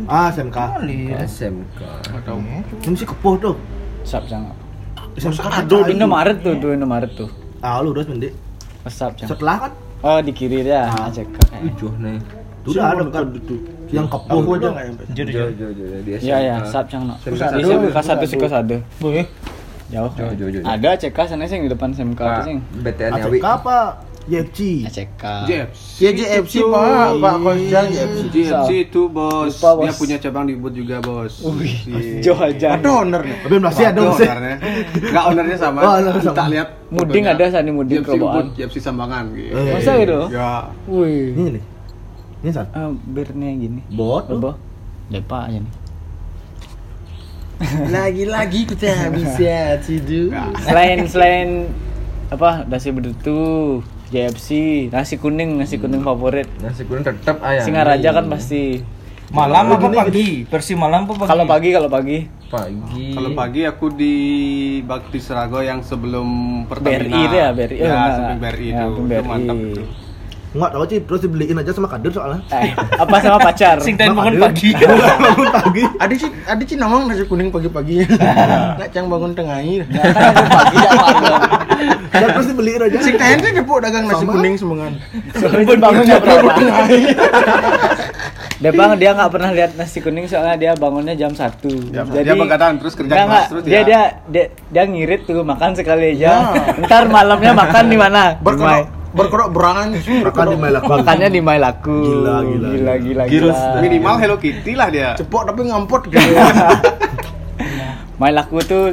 [SPEAKER 5] Ah, SMK.
[SPEAKER 4] Kali.
[SPEAKER 6] SMK.
[SPEAKER 1] Nah.
[SPEAKER 5] Ini sih kepoh tuh.
[SPEAKER 1] Sap jangan.
[SPEAKER 5] SMK
[SPEAKER 1] Aduh, di Indomaret tuh, di Indomaret tuh.
[SPEAKER 5] Ah, lu udah mendek.
[SPEAKER 1] Sap jangan.
[SPEAKER 5] Setelah kan
[SPEAKER 1] Oh, di kiri dia Eh. ACK.
[SPEAKER 6] Ujuh nih.
[SPEAKER 5] udah ada kan yang kepoh.
[SPEAKER 2] aku aja
[SPEAKER 5] tuh.
[SPEAKER 2] enggak nyampe.
[SPEAKER 4] Jadi
[SPEAKER 6] Jo jo jo jo, di SMK.
[SPEAKER 1] Iya, ya, sap jangan.
[SPEAKER 6] SMK
[SPEAKER 1] Di
[SPEAKER 6] satu.
[SPEAKER 1] SMK satu sih kos ada.
[SPEAKER 5] ya.
[SPEAKER 4] Boy.
[SPEAKER 1] Jauh. Ah.
[SPEAKER 6] Jauh, jauh, jauh.
[SPEAKER 1] Ada ACK sana seng di depan SMK tuh seng.
[SPEAKER 6] BTN Yawi.
[SPEAKER 5] ACK apa? JFC.
[SPEAKER 1] ACK.
[SPEAKER 3] JFC.
[SPEAKER 2] Ya JFC Pak, Pak Kosjang JFC.
[SPEAKER 3] JFC itu bos.
[SPEAKER 1] Lupa, bos.
[SPEAKER 3] Dia punya cabang di Ubud juga bos.
[SPEAKER 1] Wih,
[SPEAKER 3] Iya.
[SPEAKER 1] jauh aja.
[SPEAKER 2] Ada owner nih.
[SPEAKER 5] Tapi masih ada
[SPEAKER 3] Waduh,
[SPEAKER 5] masih.
[SPEAKER 1] ya?
[SPEAKER 3] ownernya. Enggak ownernya sama.
[SPEAKER 5] Oh, ownernya sama.
[SPEAKER 3] Kita lihat.
[SPEAKER 1] Muding ada sana muding
[SPEAKER 3] JFC Ubud,
[SPEAKER 1] kerobaan.
[SPEAKER 3] JFC Sambangan gitu.
[SPEAKER 5] Eh.
[SPEAKER 1] Masa gitu?
[SPEAKER 3] Ya.
[SPEAKER 1] Wih.
[SPEAKER 5] Ini nih. Ini san.
[SPEAKER 1] Eh, Birnya gini.
[SPEAKER 5] Bot.
[SPEAKER 1] Apa? Depa aja nih.
[SPEAKER 2] Lagi-lagi kita ya, bisa tidur.
[SPEAKER 1] Ya. selain selain apa nasi bedutu JFC nasi kuning nasi kuning favorit Ya,
[SPEAKER 6] Nasi kuning tetap ayam.
[SPEAKER 1] iya, Singaraja kan pasti
[SPEAKER 4] Malam apa
[SPEAKER 5] Gini,
[SPEAKER 4] pagi? Versi malam apa pagi?
[SPEAKER 1] Kalau pagi kalau pagi
[SPEAKER 6] Pagi.
[SPEAKER 3] Kalau
[SPEAKER 6] (laughs)
[SPEAKER 3] pagi aku di Bakti Serago yang sebelum Pertamina.
[SPEAKER 1] BRI itu ya BRI. Oh,
[SPEAKER 3] Ya,
[SPEAKER 1] enggak,
[SPEAKER 3] samping
[SPEAKER 1] enggak.
[SPEAKER 3] BRI
[SPEAKER 1] Ya,
[SPEAKER 3] itu.
[SPEAKER 1] samping
[SPEAKER 3] Itu gitu.
[SPEAKER 1] BRI.
[SPEAKER 3] mantap itu.
[SPEAKER 5] Enggak tahu sih, terus (laughs) dibeliin aja sama kader soalnya.
[SPEAKER 1] Eh, apa sama pacar?
[SPEAKER 4] Sing dan bangun
[SPEAKER 5] Makan
[SPEAKER 4] pagi.
[SPEAKER 5] Bangun pagi.
[SPEAKER 2] Ada sih, ada sih namang nasi kuning pagi-pagi. Nak cang bangun tengah ini.
[SPEAKER 5] Dan terus dibeliin aja.
[SPEAKER 2] Sing kain sih jepuk dagang nasi
[SPEAKER 5] Sama.
[SPEAKER 2] kuning semengan.
[SPEAKER 1] Soalnya bangun nggak pernah. Dia bang dia nggak pernah lihat nasi kuning soalnya dia bangunnya jam 1
[SPEAKER 3] Dia- dia begadang terus kerja
[SPEAKER 1] Nggak,
[SPEAKER 3] keras
[SPEAKER 1] nggak.
[SPEAKER 3] terus
[SPEAKER 1] dia,
[SPEAKER 3] ya.
[SPEAKER 1] dia dia dia ngirit tuh makan sekali aja. Ntar malamnya makan di mana? Di
[SPEAKER 2] Berkerok,
[SPEAKER 1] Mai-
[SPEAKER 2] berkerok berangan.
[SPEAKER 5] Makan di Mailak.
[SPEAKER 1] Makannya di Mailaku.
[SPEAKER 5] Gila, gila,
[SPEAKER 1] gila, gila,
[SPEAKER 6] Girus.
[SPEAKER 1] gila. (laughs)
[SPEAKER 3] Minimal Hello Kitty lah dia.
[SPEAKER 2] Cepok tapi ngampot gitu.
[SPEAKER 1] Mailaku tuh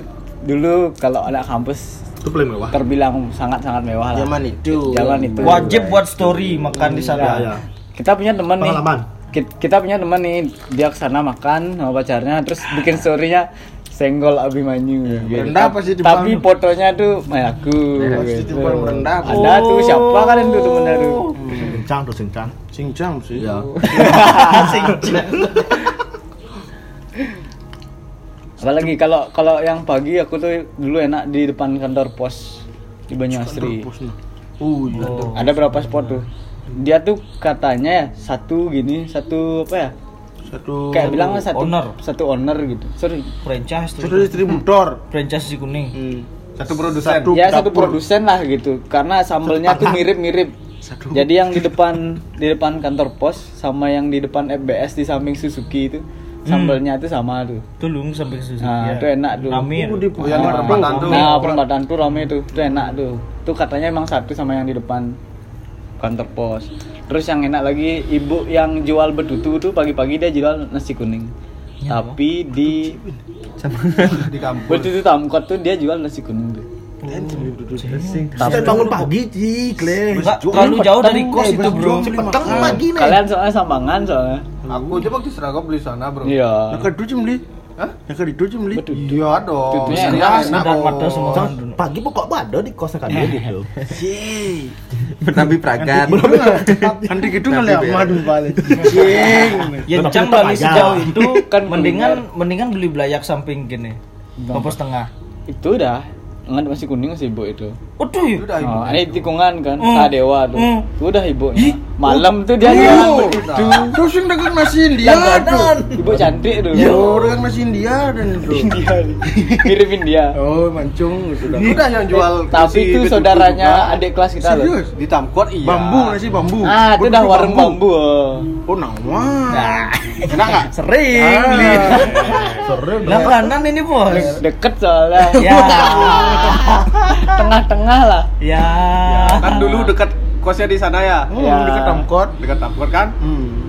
[SPEAKER 1] dulu kalau anak kampus
[SPEAKER 5] Itu paling mewah.
[SPEAKER 1] terbilang sangat-sangat mewah lah.
[SPEAKER 2] Zaman itu.
[SPEAKER 1] Zaman itu.
[SPEAKER 4] Wajib buat story makan di sana.
[SPEAKER 5] Ya, ya.
[SPEAKER 1] kita punya teman nih
[SPEAKER 5] Pengalaman.
[SPEAKER 1] Ki- kita punya teman nih dia kesana makan sama pacarnya terus bikin storynya senggol Abimanyu gitu.
[SPEAKER 2] merendah pasti di
[SPEAKER 1] tapi
[SPEAKER 2] Bang.
[SPEAKER 1] fotonya tuh Mayaku
[SPEAKER 2] Ya, pasti di Bang merendah.
[SPEAKER 1] ada tuh siapa kalian tuh temennya tuh
[SPEAKER 4] Hmm.
[SPEAKER 5] Kencang terus kencang.
[SPEAKER 2] Singcang sih.
[SPEAKER 5] Ya.
[SPEAKER 1] apalagi kalau kalau yang pagi aku tuh dulu enak di depan kantor pos di Banyuasri
[SPEAKER 2] Uh, iya.
[SPEAKER 1] ada berapa spot tuh dia tuh katanya ya satu gini satu apa ya
[SPEAKER 2] satu
[SPEAKER 1] kayak bilang satu
[SPEAKER 4] owner.
[SPEAKER 1] satu owner gitu sorry
[SPEAKER 4] Franchise tuh.
[SPEAKER 2] satu distributor.
[SPEAKER 4] Franchise si kuning.
[SPEAKER 3] Satu produsen.
[SPEAKER 2] Hmm. Satu.
[SPEAKER 1] ya satu
[SPEAKER 2] dapur.
[SPEAKER 1] produsen lah gitu karena sambelnya tuh mirip-mirip jadi yang di depan di depan kantor pos sama yang di depan FBS di samping Suzuki itu
[SPEAKER 3] Hmm.
[SPEAKER 1] sambelnya tuh sama tuh
[SPEAKER 4] Tulung sampai ke Suzuki.
[SPEAKER 1] Nah, itu enak tuh.
[SPEAKER 4] Amin.
[SPEAKER 2] Itu di
[SPEAKER 3] Oh, yang di
[SPEAKER 2] Ah.
[SPEAKER 3] perempatan tuh.
[SPEAKER 1] nah perempatan tuh rame tuh tuh enak tuh tuh katanya emang satu sama yang di depan kantor pos terus yang enak lagi ibu yang jual betutu tuh pagi-pagi dia jual nasi kuning
[SPEAKER 3] Ya, oh,
[SPEAKER 1] tapi di
[SPEAKER 3] di kampus.
[SPEAKER 1] betutu tamkot tuh dia jual nasi kuning tuh
[SPEAKER 5] Kita bangun pagi, Ci, Kle.
[SPEAKER 4] Enggak terlalu jauh dari kos itu, Bro.
[SPEAKER 2] Petang pagi nih.
[SPEAKER 1] kalian soalnya sambangan soalnya
[SPEAKER 3] Aku aja Bakti Serago beli sana, Bro.
[SPEAKER 1] iya
[SPEAKER 2] Nak kedua cuma beli. Hah? Nak kedua cuma beli.
[SPEAKER 1] Betul.
[SPEAKER 3] Iya dong.
[SPEAKER 1] Tutupnya
[SPEAKER 3] Iya,
[SPEAKER 4] enak,
[SPEAKER 3] enak,
[SPEAKER 4] sedang
[SPEAKER 3] Bos.
[SPEAKER 4] mata semua.
[SPEAKER 5] Kencang. Pagi pokok ada di kosnya
[SPEAKER 4] Eh,
[SPEAKER 5] kan dia gitu.
[SPEAKER 2] Yeay.
[SPEAKER 6] Bernabi prakan.
[SPEAKER 2] Nanti gitu kali
[SPEAKER 6] Nanti
[SPEAKER 2] Ahmad balik.
[SPEAKER 4] Ya
[SPEAKER 5] Tetap- Iya.
[SPEAKER 4] cang
[SPEAKER 5] tetap
[SPEAKER 4] balik
[SPEAKER 5] aja.
[SPEAKER 4] sejauh
[SPEAKER 5] (laughs)
[SPEAKER 4] itu
[SPEAKER 1] Kan
[SPEAKER 4] mendingan mendingan beli belayak samping gini.
[SPEAKER 5] Hmm.
[SPEAKER 4] Kompos tengah.
[SPEAKER 1] itu dah Enggak masih kuning sih ibu itu.
[SPEAKER 4] Waduh. ya.
[SPEAKER 3] Udah,
[SPEAKER 1] Oh, ini tikungan kan,
[SPEAKER 4] Hmm.
[SPEAKER 1] tak dewa tuh.
[SPEAKER 4] Hmm.
[SPEAKER 1] Itu udah ibunya. Malam tuh dia jualan begitu.
[SPEAKER 2] Terus yang dagang nasi kan India Iya, tuh.
[SPEAKER 1] Ibu cantik tuh.
[SPEAKER 4] Oh.
[SPEAKER 2] Yo, dagang nasi kan India dan tuh.
[SPEAKER 1] Kirimin dia.
[SPEAKER 2] Oh, mancung gitu.
[SPEAKER 3] Ini udah yang jual
[SPEAKER 1] Tapi
[SPEAKER 3] kursi
[SPEAKER 1] itu
[SPEAKER 3] betul-betul
[SPEAKER 1] saudaranya
[SPEAKER 3] juga.
[SPEAKER 1] adik kelas kita loh.
[SPEAKER 2] Serius?
[SPEAKER 3] di Tamkot iya.
[SPEAKER 2] Bambu nasi bambu.
[SPEAKER 1] Ah, itu
[SPEAKER 2] Betul,
[SPEAKER 1] dah warung bambu. oh.
[SPEAKER 2] Oh, nama.
[SPEAKER 4] Nah.
[SPEAKER 3] Enak
[SPEAKER 4] (laughs)
[SPEAKER 3] enggak?
[SPEAKER 4] Sering.
[SPEAKER 3] Iya.
[SPEAKER 4] Lah kanan ini, Bos.
[SPEAKER 1] Deket soalnya.
[SPEAKER 4] Ya.
[SPEAKER 1] (laughs) Tengah-tengah lah.
[SPEAKER 4] Ya.
[SPEAKER 1] Iya.
[SPEAKER 3] Kan dulu dekat kosnya di sana ya.
[SPEAKER 2] Oh,
[SPEAKER 1] Ya.
[SPEAKER 2] dekat Tamkot.
[SPEAKER 3] Dekat Tamkot kan?
[SPEAKER 2] Hmm.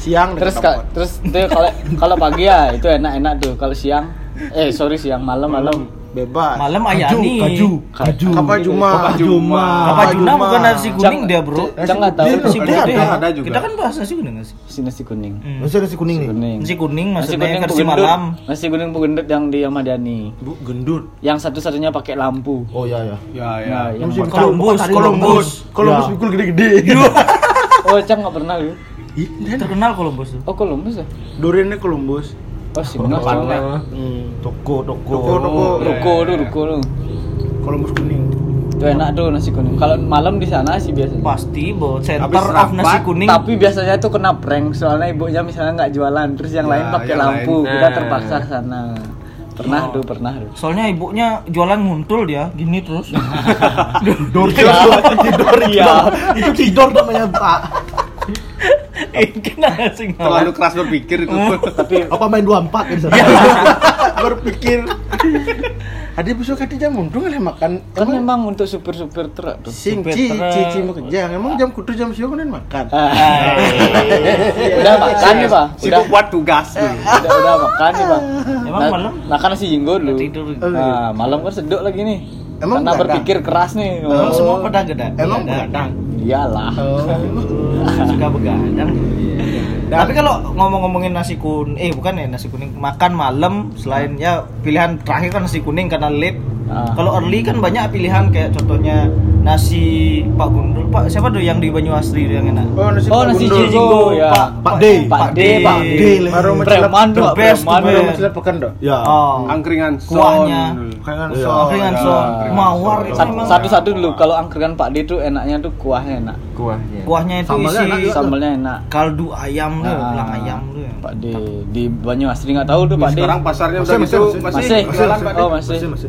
[SPEAKER 2] Siang
[SPEAKER 1] Terus
[SPEAKER 2] dekat
[SPEAKER 1] ka-
[SPEAKER 2] Tamkot.
[SPEAKER 1] terus tuh kalau kalau pagi ya itu enak-enak tuh. Kalau siang eh sorry siang malam-malam
[SPEAKER 2] bebas.
[SPEAKER 4] Malam Ayani.
[SPEAKER 5] Kaju, kaju.
[SPEAKER 2] Kapal Juma.
[SPEAKER 5] Kapal Juma.
[SPEAKER 4] Apa
[SPEAKER 2] Kapal
[SPEAKER 4] Juna
[SPEAKER 2] Juma.
[SPEAKER 4] bukan nasi kuning dia, Bro.
[SPEAKER 1] Jangan nggak
[SPEAKER 2] Iya,
[SPEAKER 1] tahu
[SPEAKER 5] Nasi
[SPEAKER 4] Nasi
[SPEAKER 5] kuning
[SPEAKER 4] kuning
[SPEAKER 3] ada,
[SPEAKER 4] ya.
[SPEAKER 3] ada juga.
[SPEAKER 4] Kita kan bahas nasi kuning nggak sih?
[SPEAKER 1] si nasi kuning.
[SPEAKER 4] Hmm.
[SPEAKER 5] Masih nasi kuning nih.
[SPEAKER 1] Kuning.
[SPEAKER 4] Nasi kuning
[SPEAKER 1] Nasi
[SPEAKER 4] maksudnya
[SPEAKER 1] kuning
[SPEAKER 4] versi
[SPEAKER 1] pugendut.
[SPEAKER 4] malam.
[SPEAKER 1] Nasi kuning pugendut yang di Ahmadiyani.
[SPEAKER 2] Bu gendut.
[SPEAKER 1] Yang satu-satunya pakai lampu.
[SPEAKER 5] Oh iya ya.
[SPEAKER 3] Ya, ya.
[SPEAKER 1] Nah, yang
[SPEAKER 5] Masih-
[SPEAKER 1] pakai-
[SPEAKER 4] Kolombus, Kolombus.
[SPEAKER 2] Kalau
[SPEAKER 5] Ya.
[SPEAKER 2] pikul
[SPEAKER 4] (laughs)
[SPEAKER 2] gede-gede.
[SPEAKER 4] Ya.
[SPEAKER 2] (laughs)
[SPEAKER 1] Oh, Cam nggak pernah lu.
[SPEAKER 2] Ih, dan
[SPEAKER 4] Terkenal Kolombus tuh.
[SPEAKER 1] Oh, Columbus ya?
[SPEAKER 2] Duriannya Columbus.
[SPEAKER 1] Oh, sih enggak salah.
[SPEAKER 5] Toko, toko.
[SPEAKER 2] Toko, toko.
[SPEAKER 1] Oh, Ruko
[SPEAKER 3] Ya,
[SPEAKER 1] lu, ruko lu.
[SPEAKER 2] Columbus kuning.
[SPEAKER 1] Itu enak tuh nasi kuning. Kalau malam di sana sih biasanya.
[SPEAKER 4] Pasti, Bos. Center
[SPEAKER 3] Habis
[SPEAKER 4] of
[SPEAKER 3] rapat,
[SPEAKER 4] nasi kuning.
[SPEAKER 1] Tapi biasanya tuh kena prank soalnya ibunya misalnya nggak jualan, terus yang
[SPEAKER 3] Ya,
[SPEAKER 1] lain pakai
[SPEAKER 3] yang
[SPEAKER 1] lampu.
[SPEAKER 6] lain.
[SPEAKER 1] Kita
[SPEAKER 6] Nah.
[SPEAKER 1] terpaksa ke sana. Pernah tuh, pernah
[SPEAKER 4] (laughs)
[SPEAKER 1] tuh.
[SPEAKER 4] Soalnya ibunya jualan nguntul dia, gini terus.
[SPEAKER 5] Tidur, tidur,
[SPEAKER 1] Iya.
[SPEAKER 5] Itu tidur namanya, Pak.
[SPEAKER 4] Eh, Kenapa sih
[SPEAKER 3] Terlalu
[SPEAKER 4] ngalah?
[SPEAKER 3] keras berpikir itu.
[SPEAKER 1] Oh, Tapi
[SPEAKER 5] Apa main 24 kan di
[SPEAKER 4] Ya.
[SPEAKER 5] sana?
[SPEAKER 2] gitu. (laughs) Berpikir. (laughs) Ada besok hati jam mundur lah makan.
[SPEAKER 1] kan memang untuk supir-supir truk tuh.
[SPEAKER 2] Sing
[SPEAKER 4] supir
[SPEAKER 2] ci
[SPEAKER 4] truk.
[SPEAKER 2] ci ci mau kerja. Emang jam kudu jam siang kan makan.
[SPEAKER 1] Ah. (laughs) Udah makan nih, Pak. Udah
[SPEAKER 3] (laughs) Sibuk buat tugas dulu.
[SPEAKER 1] udah, udah makan nih bang Nah,
[SPEAKER 4] Emang malam?
[SPEAKER 1] makan nasi jinggo dulu
[SPEAKER 4] Tidur.
[SPEAKER 1] nah, malam kan seduk lagi nih
[SPEAKER 2] Emang
[SPEAKER 1] karena
[SPEAKER 2] begadang?
[SPEAKER 1] berpikir keras nih
[SPEAKER 4] Emang
[SPEAKER 1] oh,
[SPEAKER 4] semua Iya, pada gedang.
[SPEAKER 2] Emang begadang.
[SPEAKER 1] iyalah
[SPEAKER 5] Oh.
[SPEAKER 4] Suka begadang. Tapi kalau ngomong-ngomongin nasi kuning, eh bukan ya nasi kuning, makan malam selain ya pilihan terakhir kan nasi kuning karena late.
[SPEAKER 1] Ah.
[SPEAKER 4] Kalau early kan banyak pilihan kayak contohnya nasi Pak Gundul Pak siapa tuh yang di Banyu Asri tuh yang enak
[SPEAKER 5] Oh, nasi
[SPEAKER 1] Oh, nasi
[SPEAKER 5] gundul.
[SPEAKER 1] jigo ya.
[SPEAKER 4] Pak
[SPEAKER 5] Pak D.
[SPEAKER 1] Pak D, Pak D. Baru
[SPEAKER 5] lagi. Baru
[SPEAKER 1] preman
[SPEAKER 5] mencelap-
[SPEAKER 1] tuh,
[SPEAKER 4] the best,
[SPEAKER 1] preman.
[SPEAKER 4] the
[SPEAKER 5] Baru
[SPEAKER 4] best.
[SPEAKER 5] mencelepkan dah. Ya.
[SPEAKER 4] oh
[SPEAKER 3] angkringan son.
[SPEAKER 4] Kuahnya.
[SPEAKER 5] Kayak
[SPEAKER 2] Iya.
[SPEAKER 5] so.
[SPEAKER 4] angkringan son
[SPEAKER 3] angkringan
[SPEAKER 4] mawar itu
[SPEAKER 1] Sat-
[SPEAKER 4] memang
[SPEAKER 1] Satu-satu dulu kalau angkringan Pak D tuh enaknya tuh kuahnya enak,
[SPEAKER 6] Kuahnya.
[SPEAKER 4] kuahnya itu
[SPEAKER 5] Sambalnya enak
[SPEAKER 4] isi
[SPEAKER 5] juga.
[SPEAKER 1] sambalnya enak.
[SPEAKER 4] kaldu ayam tuh
[SPEAKER 1] Nah,
[SPEAKER 4] tulang ayam tuh ya.
[SPEAKER 1] Pak D di Banyu Asri nggak tahu tuh Pak D.
[SPEAKER 3] Sekarang pasarnya udah
[SPEAKER 5] Masih,
[SPEAKER 3] gitu
[SPEAKER 5] masih,
[SPEAKER 3] masih
[SPEAKER 1] masih.
[SPEAKER 3] jualan Pak D.
[SPEAKER 1] Oh, masih.
[SPEAKER 3] Masih?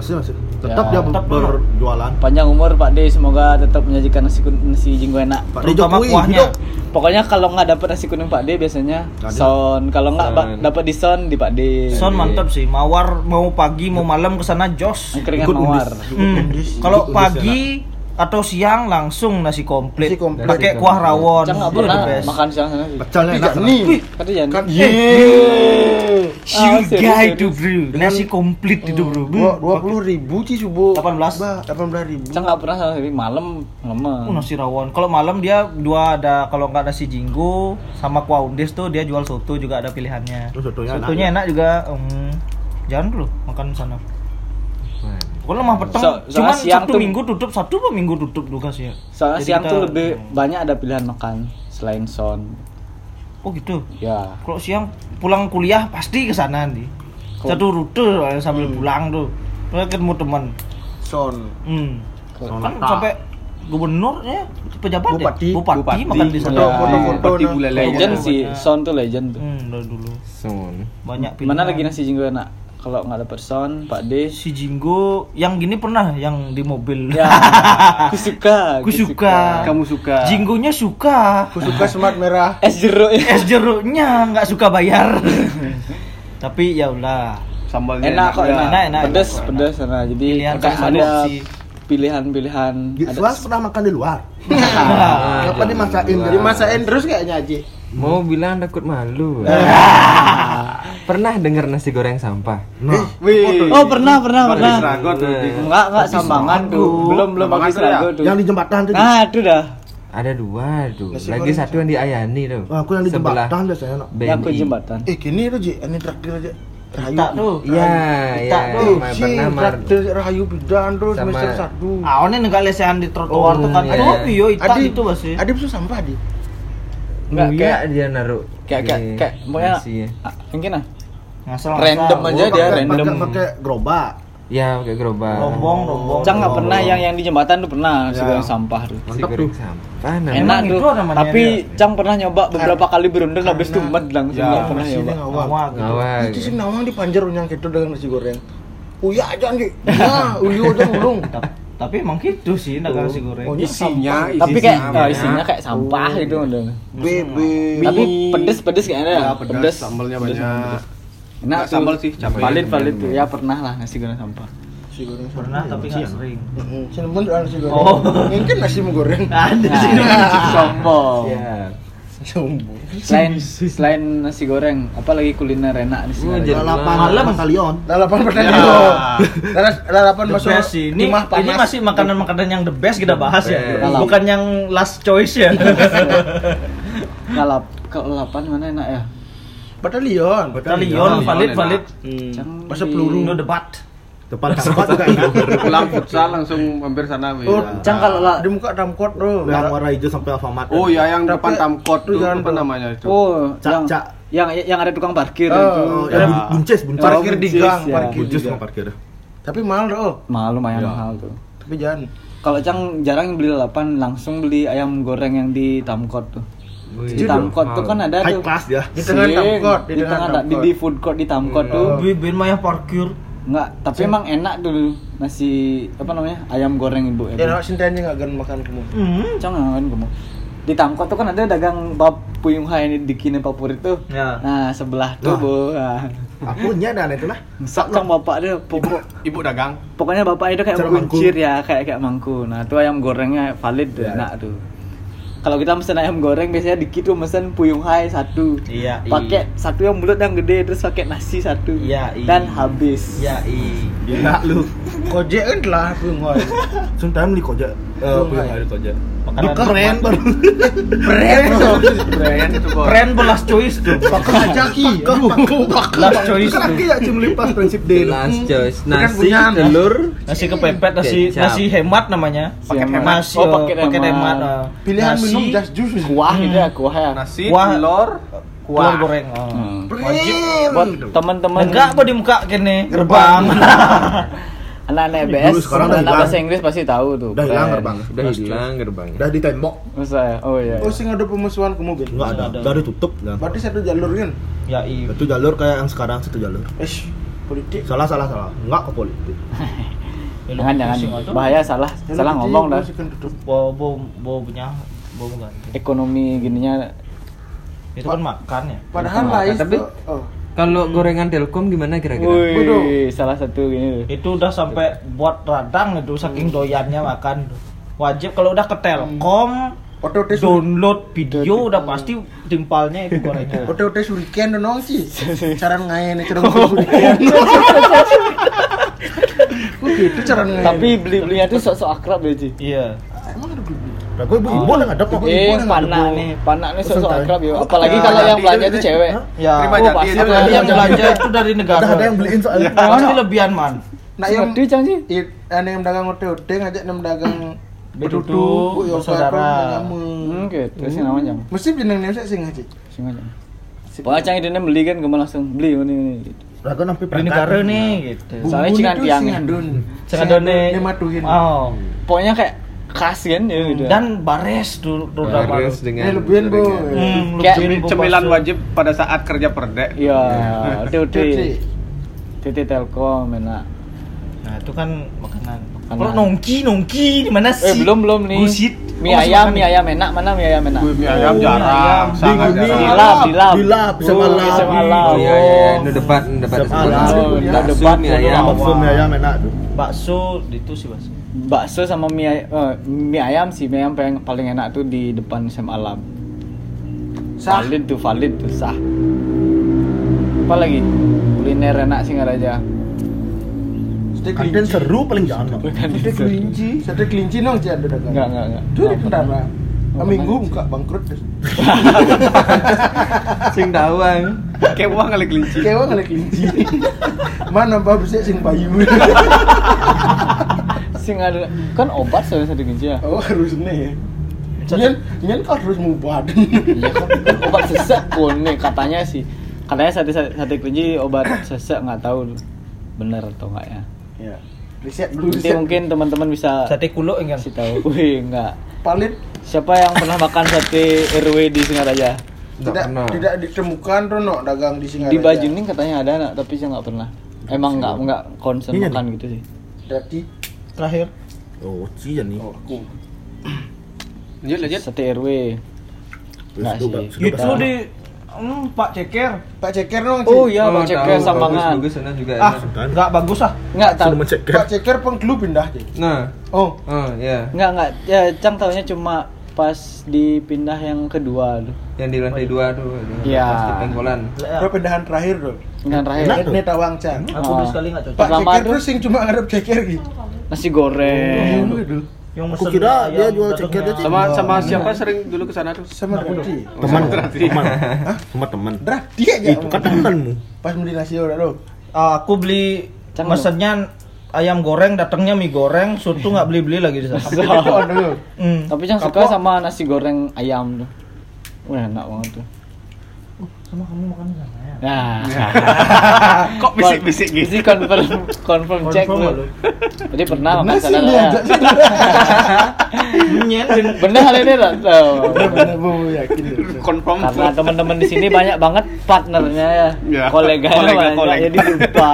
[SPEAKER 5] Masih, masih. Tetap
[SPEAKER 1] Ya.
[SPEAKER 5] dia
[SPEAKER 4] Tetap.
[SPEAKER 5] berjualan.
[SPEAKER 1] Panjang umur Pak D, semoga tetap menyajikan nasi kun- nasi jinggo enak.
[SPEAKER 5] Pak D
[SPEAKER 4] terutama
[SPEAKER 5] Jokowi,
[SPEAKER 4] kuahnya
[SPEAKER 5] hidup.
[SPEAKER 1] Pokoknya kalau nggak dapat nasi kuning Pak D biasanya
[SPEAKER 5] Nggak ada.
[SPEAKER 1] son, kalau nggak ba-
[SPEAKER 6] Son.
[SPEAKER 1] dapat di son di Pak D.
[SPEAKER 4] son mantap sih mawar mau pagi mau malam kesana jos
[SPEAKER 1] angkringan
[SPEAKER 5] Ikut
[SPEAKER 1] mawar.
[SPEAKER 5] undis.
[SPEAKER 4] Hmm.
[SPEAKER 5] Undis.
[SPEAKER 4] Kalau
[SPEAKER 5] Undis
[SPEAKER 4] pagi atau siang langsung nasi komplit.
[SPEAKER 5] Nasi komplit.
[SPEAKER 4] Pakai kuah rawon.
[SPEAKER 1] Jangan nggak
[SPEAKER 4] Itu
[SPEAKER 1] pernah
[SPEAKER 4] the best. Ah,
[SPEAKER 1] makan siang sana. sih.
[SPEAKER 5] Pecelnya
[SPEAKER 2] Tidak
[SPEAKER 5] enak.
[SPEAKER 2] nih.
[SPEAKER 5] Wih,
[SPEAKER 1] Kata jangan.
[SPEAKER 5] Kan
[SPEAKER 4] Eh, you
[SPEAKER 1] Ah, serius,
[SPEAKER 4] guy
[SPEAKER 1] serius.
[SPEAKER 4] do bro. Nasi komplit itu bro.
[SPEAKER 2] dua dua puluh ribu sih subuh
[SPEAKER 4] 18.
[SPEAKER 2] delapan belas ribu
[SPEAKER 1] Jangan nggak pernah sana sih malam lemah.
[SPEAKER 4] Uh, nasi rawon. Kalau malam dia dua ada kalau nggak nasi jinggo sama kuah undis tuh dia jual soto juga ada pilihannya.
[SPEAKER 5] Oh, sotonya enak
[SPEAKER 4] Sotonya
[SPEAKER 5] ya.
[SPEAKER 4] enak juga. Hmm, jangan dulu makan sana. Kalau mah petang,
[SPEAKER 1] So- soalnya
[SPEAKER 4] cuman
[SPEAKER 1] siang
[SPEAKER 4] satu
[SPEAKER 1] tuh-
[SPEAKER 4] minggu tutup, satu dua minggu tutup juga sih ya.
[SPEAKER 1] Soalnya
[SPEAKER 4] Jadi
[SPEAKER 1] siang
[SPEAKER 4] kita-
[SPEAKER 1] tuh lebih banyak ada pilihan makan selain son.
[SPEAKER 4] Oh gitu.
[SPEAKER 1] Ya.
[SPEAKER 4] Kalau siang pulang kuliah pasti ke sana nanti.
[SPEAKER 1] Kok- Hmm.
[SPEAKER 4] Satu rute soalnya sambil pulang tuh. Terus ketemu teman.
[SPEAKER 5] Son.
[SPEAKER 4] Hmm.
[SPEAKER 1] Kok-
[SPEAKER 4] Kan sampai gubernurnya pejabat
[SPEAKER 5] Bupati.
[SPEAKER 4] ya. Bupati,
[SPEAKER 3] Bupati.
[SPEAKER 4] makan di sana.
[SPEAKER 1] Iya.
[SPEAKER 5] Foto-foto.
[SPEAKER 3] Seperti
[SPEAKER 5] nah.
[SPEAKER 3] gula
[SPEAKER 1] Legend
[SPEAKER 4] Iya.
[SPEAKER 1] sih, son tuh legend tuh.
[SPEAKER 4] Hmm, dari dulu.
[SPEAKER 6] Son.
[SPEAKER 4] Banyak pilihan.
[SPEAKER 1] Mana lagi nasi jinggo enak? Kalau nggak dapat son, Pak
[SPEAKER 4] (laughs)
[SPEAKER 1] D.
[SPEAKER 4] si Jinggo yang gini pernah yang di mobil.
[SPEAKER 1] Ya, aku suka.
[SPEAKER 4] Aku suka.
[SPEAKER 3] Kamu suka.
[SPEAKER 4] Jinggonya suka.
[SPEAKER 5] Aku suka smart merah.
[SPEAKER 1] Es jeruk ya.
[SPEAKER 4] Es jeruknya nggak suka bayar. (laughs) Tapi ya udah.
[SPEAKER 3] Sambalnya
[SPEAKER 1] enak kok
[SPEAKER 3] ya.
[SPEAKER 1] enak,
[SPEAKER 4] enak, enak.
[SPEAKER 1] pedes
[SPEAKER 4] Enak.
[SPEAKER 1] pedes enak jadi
[SPEAKER 4] Pilihan
[SPEAKER 1] kayak
[SPEAKER 4] sama
[SPEAKER 1] ada
[SPEAKER 4] sih.
[SPEAKER 1] pilihan-pilihan ada
[SPEAKER 5] Suas pernah makan di luar. Kenapa dimasain?
[SPEAKER 6] Wah.
[SPEAKER 2] dimasain terus kayaknya aja
[SPEAKER 6] Mau bilang
[SPEAKER 5] (laughs)
[SPEAKER 6] takut malu. Pernah dengar nasi goreng sampah? Eh,
[SPEAKER 5] Nah,
[SPEAKER 3] Wih.
[SPEAKER 1] oh pernah pernah
[SPEAKER 3] Bagi
[SPEAKER 1] pernah
[SPEAKER 3] Serago tuh. di-
[SPEAKER 1] enggak enggak sambangan tuh belum belum
[SPEAKER 3] Sambangan
[SPEAKER 1] pakai
[SPEAKER 3] tuh ya?
[SPEAKER 1] serago tuh
[SPEAKER 5] yang di jembatan tuh.
[SPEAKER 1] nah itu dah
[SPEAKER 6] Ada dua tuh.
[SPEAKER 5] Nasi
[SPEAKER 6] Lagi
[SPEAKER 5] goreng
[SPEAKER 6] satu yang di Ayani tuh.
[SPEAKER 5] Nah, Aku yang di
[SPEAKER 6] Sebelah
[SPEAKER 5] jembatan biasanya. no.
[SPEAKER 6] BNI.
[SPEAKER 1] yang ke jembatan
[SPEAKER 5] Eh, gini tuh, Ji. Ini terakhir aja. Rahayu.
[SPEAKER 4] Tak tuh.
[SPEAKER 6] Iya, iya.
[SPEAKER 4] Tak tuh.
[SPEAKER 6] Ma-
[SPEAKER 5] Eh, Si,
[SPEAKER 6] Pernah mar.
[SPEAKER 5] traktir Rahayu bidan terus
[SPEAKER 6] Sama-
[SPEAKER 5] semester satu.
[SPEAKER 4] Awalnya Ah, nggak lesehan di trotoar
[SPEAKER 6] Oh,
[SPEAKER 4] tuh kan.
[SPEAKER 6] iya.
[SPEAKER 4] Oh iya itu
[SPEAKER 5] Adi-
[SPEAKER 4] itu pasti.
[SPEAKER 5] Adi bisa sampah di.
[SPEAKER 1] Nggak,
[SPEAKER 6] Enggak
[SPEAKER 1] kayak-
[SPEAKER 6] dia naruh.
[SPEAKER 1] kayak kayak
[SPEAKER 6] di
[SPEAKER 1] kayak pokoknya
[SPEAKER 6] nasinya.
[SPEAKER 1] ah, mungkin ah
[SPEAKER 4] Ngasal
[SPEAKER 1] Random aja dia, random.
[SPEAKER 5] Pakai gerobak.
[SPEAKER 6] Ya, pakai gerobak.
[SPEAKER 4] Rombong, rombong.
[SPEAKER 1] Cang nggak pernah yang yang di jembatan tuh pernah nasi
[SPEAKER 5] Ya.
[SPEAKER 1] goreng sampah tuh
[SPEAKER 6] Nasi
[SPEAKER 5] Mantap
[SPEAKER 6] goreng
[SPEAKER 5] tuh.
[SPEAKER 6] sampah.
[SPEAKER 1] enak
[SPEAKER 4] Emang
[SPEAKER 1] tuh
[SPEAKER 4] itu namanya
[SPEAKER 1] tapi
[SPEAKER 4] dia?
[SPEAKER 1] Cang pernah nyoba beberapa kali berunding habis tuh
[SPEAKER 5] karena-
[SPEAKER 1] med
[SPEAKER 2] Ya,
[SPEAKER 1] langsung nggak Ya, pernah
[SPEAKER 5] Iya, Masih
[SPEAKER 1] nyoba
[SPEAKER 5] dia ngawang.
[SPEAKER 4] Awal gitu.
[SPEAKER 6] Ngawang.
[SPEAKER 5] Itu sih nawang di panjer unyang gitu dengan nasi goreng. Uya aja Ji. Ya, uyu aja ulung.
[SPEAKER 4] Ta- Tapi emang gitu sih dagang nasi
[SPEAKER 5] Oh,
[SPEAKER 4] goreng.
[SPEAKER 5] iya.
[SPEAKER 3] Isinya, isinya. ya?
[SPEAKER 1] tapi kayak
[SPEAKER 3] banyak.
[SPEAKER 1] ah, isinya kayak sampah gitu udah
[SPEAKER 5] Bebe.
[SPEAKER 1] tapi pedes pedes kayaknya
[SPEAKER 3] Ya,
[SPEAKER 1] ya
[SPEAKER 3] pedas, sambalnya
[SPEAKER 1] pedes,
[SPEAKER 3] banyak.
[SPEAKER 1] Enak
[SPEAKER 3] Nggak sambal sih, cabai.
[SPEAKER 1] Valid valid tuh. Ya pernah lah nasi goreng sampah.
[SPEAKER 5] Nasi goreng
[SPEAKER 4] Pernah
[SPEAKER 2] iya,
[SPEAKER 4] tapi nggak sering.
[SPEAKER 5] Sini pun doang nasi goreng.
[SPEAKER 4] Oh. Nah.
[SPEAKER 5] Mungkin nasi goreng.
[SPEAKER 2] Nah,
[SPEAKER 5] (laughs)
[SPEAKER 4] Ada sih.
[SPEAKER 1] Nah, Sombong.
[SPEAKER 6] Ya.
[SPEAKER 5] Sombong.
[SPEAKER 1] Selain selain nasi goreng, apalagi kuliner enak di sini.
[SPEAKER 6] Oh,
[SPEAKER 1] ada?
[SPEAKER 6] jadi-
[SPEAKER 5] Lalapan
[SPEAKER 4] Malam.
[SPEAKER 5] batalion. Lalapan
[SPEAKER 1] Ya.
[SPEAKER 5] batalion.
[SPEAKER 3] (laughs)
[SPEAKER 5] Lalas- Lalapan
[SPEAKER 4] The
[SPEAKER 5] masuk.
[SPEAKER 4] best sih. Ini,
[SPEAKER 5] timah
[SPEAKER 4] ini
[SPEAKER 5] panas.
[SPEAKER 4] masih makanan-makanan yang the best kita bahas ya.
[SPEAKER 6] best.
[SPEAKER 4] Bukan yang last choice ya.
[SPEAKER 1] Kalap kelelapan mana enak ya?
[SPEAKER 5] batalion. iya,
[SPEAKER 4] Talion valid
[SPEAKER 3] enak.
[SPEAKER 4] valid.
[SPEAKER 1] Cang
[SPEAKER 5] Masa
[SPEAKER 1] di-
[SPEAKER 5] peluru.
[SPEAKER 4] No debat.
[SPEAKER 5] Depan tempat juga enak.
[SPEAKER 3] Pulang futsal langsung hampir sana. Wih.
[SPEAKER 5] Oh,
[SPEAKER 1] Cang kalau lah.
[SPEAKER 5] Di muka damkot tuh.
[SPEAKER 7] yang warna hijau sampai Alfamart.
[SPEAKER 3] Oh ya yang
[SPEAKER 5] Tapi-
[SPEAKER 3] depan Tamkot tuh
[SPEAKER 5] Jangan
[SPEAKER 3] apa
[SPEAKER 5] tuh.
[SPEAKER 3] namanya itu?
[SPEAKER 1] Oh,
[SPEAKER 7] Cak,
[SPEAKER 1] yang,
[SPEAKER 7] cak.
[SPEAKER 1] yang yang ada tukang parkir
[SPEAKER 5] Oh,
[SPEAKER 1] itu.
[SPEAKER 7] Ya, bu- bunces, bunces.
[SPEAKER 5] Parkir di
[SPEAKER 1] buncis,
[SPEAKER 5] gang,
[SPEAKER 1] ya.
[SPEAKER 5] parkir di
[SPEAKER 7] bunces
[SPEAKER 5] gang.
[SPEAKER 7] mau parkir.
[SPEAKER 5] Tapi mahal tuh.
[SPEAKER 1] Mahal lumayan
[SPEAKER 5] Iya.
[SPEAKER 1] mahal tuh.
[SPEAKER 5] Tapi jangan.
[SPEAKER 1] Kalau Cang jarang beli lalapan, langsung beli ayam goreng yang di Tamkot tuh. Di Tamkot tuh kan ada
[SPEAKER 7] High
[SPEAKER 1] tuh.
[SPEAKER 7] class dia.
[SPEAKER 5] Ah. Di tengah
[SPEAKER 1] Sing,
[SPEAKER 5] Tamkot,
[SPEAKER 1] di tengah ta- di,
[SPEAKER 5] Tamkot. Iya.
[SPEAKER 1] di food court di Tamkot tuh.
[SPEAKER 4] Bibin mah yang parkir.
[SPEAKER 1] Enggak, tapi emang enak dulu nasi apa namanya? ayam goreng ibu.
[SPEAKER 5] Ya, nak
[SPEAKER 1] ibu.
[SPEAKER 5] sinta aja nggak akan makan kamu.
[SPEAKER 4] Hmm.
[SPEAKER 1] Jangan kan kamu. Di Tamkot tuh kan ada dagang bab puyung hai di kini papurit tuh.
[SPEAKER 4] Ya.
[SPEAKER 1] Nah, sebelah tuh, Bu. Nah.
[SPEAKER 7] Aku nya dan itulah.
[SPEAKER 1] Sak sang bapak dia pokok
[SPEAKER 3] Ibu dagang.
[SPEAKER 1] pokoknya bapak itu kayak
[SPEAKER 7] Cara
[SPEAKER 1] kuncir ya, kayak kayak mangku. Nah, tuh ayam gorengnya valid
[SPEAKER 5] Ya.
[SPEAKER 1] tuh, enak tuh. Kalau kita mesen ayam goreng biasanya dikit tuh mesen puyung hai satu.
[SPEAKER 4] Iya, i.
[SPEAKER 1] Pakai satu yang mulut yang gede terus pakai nasi satu.
[SPEAKER 4] Iya, i.
[SPEAKER 1] Dan habis.
[SPEAKER 4] Ya i.
[SPEAKER 7] Gila lu.
[SPEAKER 5] Kojek kan lah pungoy.
[SPEAKER 7] Sumpah beli koja. Eh, punya hari koja.
[SPEAKER 4] Makanan
[SPEAKER 5] Keren baru.
[SPEAKER 3] Brand itu bos.
[SPEAKER 4] Keren belas choice tuh.
[SPEAKER 5] Pakai ajaki. Pakai
[SPEAKER 4] Last choice tuh.
[SPEAKER 7] Kaki ya cim lipas prinsip D.
[SPEAKER 6] Last Nah, choice.
[SPEAKER 5] Bukan
[SPEAKER 6] Nasi,
[SPEAKER 5] punya.
[SPEAKER 6] telur,
[SPEAKER 4] nasi kepepet nasi
[SPEAKER 6] Oke, siap.
[SPEAKER 4] nasi hemat namanya
[SPEAKER 1] Paket
[SPEAKER 4] Nasi,
[SPEAKER 1] hemat.
[SPEAKER 4] oh
[SPEAKER 1] Oh,
[SPEAKER 4] paket,
[SPEAKER 1] paket
[SPEAKER 4] hemat,
[SPEAKER 1] hemat.
[SPEAKER 4] eh.
[SPEAKER 2] Pilihan
[SPEAKER 4] Nasi,
[SPEAKER 2] minum just juice.
[SPEAKER 1] Kuah itu ya, kuah ya.
[SPEAKER 3] Nasi,
[SPEAKER 4] Wah.
[SPEAKER 3] telur,
[SPEAKER 4] telur
[SPEAKER 3] kuah.
[SPEAKER 4] goreng oh.
[SPEAKER 1] Hmm.
[SPEAKER 4] wajib
[SPEAKER 1] Buat teman-teman
[SPEAKER 4] enggak apa di muka kene
[SPEAKER 2] Gerbang.
[SPEAKER 1] anak-anak
[SPEAKER 5] Dulu,
[SPEAKER 1] BS,
[SPEAKER 5] sekarang udah
[SPEAKER 1] anak
[SPEAKER 5] hilang.
[SPEAKER 1] bahasa Inggris pasti tahu tuh.
[SPEAKER 5] Udah hilang gerbang.
[SPEAKER 6] Udah hilang gerbangnya.
[SPEAKER 5] Udah ditembok.
[SPEAKER 1] Masa ya? Oh iya.
[SPEAKER 2] Oh, sing ada pemusuhan ke mobil.
[SPEAKER 5] Enggak ada. Udah ditutup. Nah.
[SPEAKER 2] Berarti satu jalur kan?
[SPEAKER 4] ya iya
[SPEAKER 5] Satu jalur kayak yang sekarang satu jalur.
[SPEAKER 2] Ish, politik.
[SPEAKER 5] Salah salah salah. Enggak ke politik.
[SPEAKER 1] Jangan jangan bahaya salah salah
[SPEAKER 2] Politik,
[SPEAKER 1] ngomong dah.
[SPEAKER 2] masukin duduk.
[SPEAKER 4] bawa bawa bawa punya bawa ganti
[SPEAKER 1] Ekonomi gininya
[SPEAKER 4] itu kan makan ya
[SPEAKER 2] Padahal
[SPEAKER 6] Nah,
[SPEAKER 2] lain.
[SPEAKER 6] tapi-
[SPEAKER 2] oh.
[SPEAKER 6] Kalau gorengan Telkom gimana kira-kira?
[SPEAKER 1] Wih, Gitu. salah satu gini. tuh.
[SPEAKER 4] itu udah sampai buat radang itu saking doyannya makan wajib kalau udah ke telkom
[SPEAKER 2] Otot
[SPEAKER 4] download video udah pasti timpalnya itu gorengan
[SPEAKER 2] Otot suriken dan nong
[SPEAKER 1] (laughs)
[SPEAKER 2] sih. Cara ngain itu dong suriken. Kok gitu cara ngain?
[SPEAKER 1] Tapi beli-belinya tuh sok-sok akrab ya, Ci.
[SPEAKER 4] iya
[SPEAKER 5] Nah, gue ibu-ibu lah ngadep kok.
[SPEAKER 1] Eh, panak nih, panak nih sok-sok
[SPEAKER 5] Sentai.
[SPEAKER 1] akrab ya. Apalagi kalau yang belanja tuh cewek.
[SPEAKER 4] ya
[SPEAKER 3] Terima
[SPEAKER 1] Oh,
[SPEAKER 3] jadi,
[SPEAKER 1] pasti lah.
[SPEAKER 3] terima
[SPEAKER 4] Tapi
[SPEAKER 3] jadi.
[SPEAKER 4] yang belanja itu dari negara
[SPEAKER 5] Udah ada yang beliin soalnya.
[SPEAKER 4] pasti lebihan man
[SPEAKER 1] Nah,
[SPEAKER 2] Nah, yang
[SPEAKER 1] yang duit Cang, Ci.
[SPEAKER 2] Iya, aneh yang dagang otot ngajak nem dagang ya
[SPEAKER 4] Beduduk,
[SPEAKER 2] beduduk, yo
[SPEAKER 4] bersaudara.
[SPEAKER 2] saudara.
[SPEAKER 1] Hmm, gitu sih namanya. Jang.
[SPEAKER 2] Mesti jeneng nemsek sing ngaji.
[SPEAKER 1] Sing aja. Pokoknya Cang idenya beli kan, gue langsung beli ini. ini, gitu.
[SPEAKER 5] Lah gue nampi
[SPEAKER 4] dari negara nih gitu
[SPEAKER 1] Iya. Soalnya cingan tiang. ya.
[SPEAKER 4] Sengadone
[SPEAKER 2] nematuhin.
[SPEAKER 4] oh
[SPEAKER 1] Pokoknya kayak khas kan ya gitu.
[SPEAKER 4] dan bares dulu dulu dah
[SPEAKER 6] Harus
[SPEAKER 4] bares
[SPEAKER 6] dengan
[SPEAKER 2] Eh, lebihan, Boy.
[SPEAKER 6] gorengan.
[SPEAKER 4] Hmm,
[SPEAKER 1] Kayak
[SPEAKER 4] lebih
[SPEAKER 3] Cemilan
[SPEAKER 4] bebas.
[SPEAKER 3] wajib pada saat kerja perdek.
[SPEAKER 1] iya,
[SPEAKER 4] (laughs)
[SPEAKER 1] Tuti.
[SPEAKER 2] Tuti.
[SPEAKER 1] Tuti Telkom enak.
[SPEAKER 4] nah itu kan makanan
[SPEAKER 1] Makanan.
[SPEAKER 4] kalau nongki nongki di mana sih
[SPEAKER 1] Eh, belum belum nih.
[SPEAKER 4] Gusit.
[SPEAKER 1] Mie
[SPEAKER 4] Oh,
[SPEAKER 1] ayam,
[SPEAKER 4] masih makan
[SPEAKER 1] mie
[SPEAKER 4] nih.
[SPEAKER 1] ayam enak, mana mie ayam enak?
[SPEAKER 3] Wih, mie ayam jarang, sangat
[SPEAKER 5] Di gini.
[SPEAKER 6] Iya.
[SPEAKER 3] jarang.
[SPEAKER 1] Dilap, dilap.
[SPEAKER 5] Dilap, bisa
[SPEAKER 1] Oh,
[SPEAKER 5] malam.
[SPEAKER 1] bisa malam.
[SPEAKER 6] Oh iya iya, ini debat, ini debat.
[SPEAKER 5] Sama
[SPEAKER 6] Debat. iya.
[SPEAKER 5] lah.
[SPEAKER 1] Oh,
[SPEAKER 6] Bakso,
[SPEAKER 1] debat,
[SPEAKER 6] mie
[SPEAKER 1] ya.
[SPEAKER 6] ayam.
[SPEAKER 5] Maksud mie ayam enak tuh.
[SPEAKER 4] bakso itu sih bakso
[SPEAKER 1] bakso sama mie ay- eh, mie ayam sih mie ayam paling paling enak tuh di depan Sam Alam
[SPEAKER 2] Sah.
[SPEAKER 1] valid tuh valid tuh sah apa lagi kuliner enak sih aja
[SPEAKER 2] Sate kelinci.
[SPEAKER 5] Kantin seru paling jangan.
[SPEAKER 2] Sate kelinci. Sate kelinci nong sih ada dagang.
[SPEAKER 1] enggak enggak enggak
[SPEAKER 2] Itu di Kendara.
[SPEAKER 1] Oh,
[SPEAKER 2] Minggu
[SPEAKER 1] pernah.
[SPEAKER 2] buka bangkrut.
[SPEAKER 6] Sing dawang.
[SPEAKER 3] Kayak uang kali kelinci.
[SPEAKER 2] Kewa kali kelinci. (laughs) Mana mbak bisa sing bayu.
[SPEAKER 1] sing ada kan obat soalnya satu kunci ya
[SPEAKER 5] (laughs)
[SPEAKER 2] Oh harusnya ya. Nyen, nyen kau harus mubat.
[SPEAKER 1] Iya kan, kan obat sesek kuning katanya sih katanya sate sate, sate kelinci obat sesek nggak tahu bener atau enggak ya
[SPEAKER 2] Ya. Riset dulu.
[SPEAKER 1] nanti
[SPEAKER 2] Riset.
[SPEAKER 1] mungkin teman-teman bisa
[SPEAKER 4] sate kuluk kan? enggak
[SPEAKER 1] kasih tahu wih enggak
[SPEAKER 2] Paling
[SPEAKER 1] siapa yang pernah makan sate RW di Singaraja
[SPEAKER 6] Nggak
[SPEAKER 2] tidak
[SPEAKER 6] pernah.
[SPEAKER 2] tidak ditemukan Rono dagang di Singaraja.
[SPEAKER 1] di Bajuning katanya ada anak tapi saya nggak pernah emang nggak nggak concern
[SPEAKER 5] Iya,
[SPEAKER 1] makan gitu sih
[SPEAKER 2] Berarti
[SPEAKER 4] terakhir
[SPEAKER 5] Oh, cian nih.
[SPEAKER 2] oh, aku.
[SPEAKER 3] Lanjut, lanjut.
[SPEAKER 6] Oh,
[SPEAKER 1] sate RW nggak
[SPEAKER 5] Terus
[SPEAKER 1] sih
[SPEAKER 5] Sudah
[SPEAKER 4] itu
[SPEAKER 5] pernah.
[SPEAKER 4] di hmm, Pak Ceker
[SPEAKER 2] Pak Ceker dong. Ci.
[SPEAKER 1] oh iya
[SPEAKER 6] Oh,
[SPEAKER 1] pak cek
[SPEAKER 6] tahu,
[SPEAKER 1] ke
[SPEAKER 6] bagus,
[SPEAKER 1] sambangan
[SPEAKER 6] bagus, sana juga ya.
[SPEAKER 4] ah
[SPEAKER 6] enak.
[SPEAKER 5] Kan.
[SPEAKER 4] nggak bagus ah
[SPEAKER 1] nggak tahu
[SPEAKER 5] Suruh mencek
[SPEAKER 2] Pak Ceker penggelu pindah sih.
[SPEAKER 6] Nah,
[SPEAKER 2] Oh,
[SPEAKER 6] oh iya.
[SPEAKER 1] nggak nggak ya cang tahunya cuma pas dipindah yang kedua tuh
[SPEAKER 6] Yang di lantai dua tuh.
[SPEAKER 1] Iya.
[SPEAKER 6] Pasti pengkolan.
[SPEAKER 4] iya.
[SPEAKER 2] Bro, pindahan terakhir dong.
[SPEAKER 1] yang terakhir
[SPEAKER 2] Ini tawang can.
[SPEAKER 4] aku
[SPEAKER 1] Oh.
[SPEAKER 4] udah sekali nggak cocok
[SPEAKER 2] Pak
[SPEAKER 1] Pertama
[SPEAKER 2] Ceker
[SPEAKER 1] tuh-
[SPEAKER 2] terus sing cuma ngadep ceker
[SPEAKER 4] Eh,
[SPEAKER 2] Iya. gitu.
[SPEAKER 1] nasi
[SPEAKER 4] iya,
[SPEAKER 3] Oh,
[SPEAKER 1] goreng
[SPEAKER 3] iya.
[SPEAKER 4] yang
[SPEAKER 5] Aku
[SPEAKER 4] mesen
[SPEAKER 5] kira
[SPEAKER 4] ayam
[SPEAKER 5] dia jual
[SPEAKER 4] dadangnya.
[SPEAKER 5] ceker aja.
[SPEAKER 6] Oh,
[SPEAKER 3] Sama sama
[SPEAKER 6] iya.
[SPEAKER 3] siapa sering dulu ke sana tuh?
[SPEAKER 2] Sama Drati.
[SPEAKER 5] Teman, teman. Hah? Sama teman.
[SPEAKER 2] Drati aja.
[SPEAKER 5] Itu kan temanmu.
[SPEAKER 2] Pas beli nasi udah dong.
[SPEAKER 4] Ah, aku beli
[SPEAKER 1] Cang,
[SPEAKER 4] mesennya ayam goreng datangnya mie goreng sutu nggak beli beli lagi
[SPEAKER 5] (laughs)
[SPEAKER 4] di sana
[SPEAKER 2] Kecoan dulu.
[SPEAKER 4] Hmm.
[SPEAKER 1] tapi cang suka sama nasi goreng ayam tuh Wah, enak banget tuh.
[SPEAKER 4] Uh, sama kamu makan di sana ya
[SPEAKER 1] Nah,
[SPEAKER 3] (laughs) Kok bisik-bisik gitu?
[SPEAKER 1] Ini confirm, confirm cek
[SPEAKER 4] Confirm
[SPEAKER 1] tuh. Jadi pernah makan
[SPEAKER 2] Nasi
[SPEAKER 1] sana.
[SPEAKER 2] dia
[SPEAKER 1] ya?
[SPEAKER 2] ajak sih.
[SPEAKER 4] Nyen,
[SPEAKER 1] (laughs)
[SPEAKER 4] dan-
[SPEAKER 1] Bener hal ini tak tahu.
[SPEAKER 2] Bener bu yakin.
[SPEAKER 3] (laughs) Confirm.
[SPEAKER 1] karena teman-teman di sini banyak banget partnernya ya,
[SPEAKER 3] Ya,
[SPEAKER 1] kolega
[SPEAKER 3] kolega-
[SPEAKER 1] banyak
[SPEAKER 3] kolega.
[SPEAKER 1] jadi lupa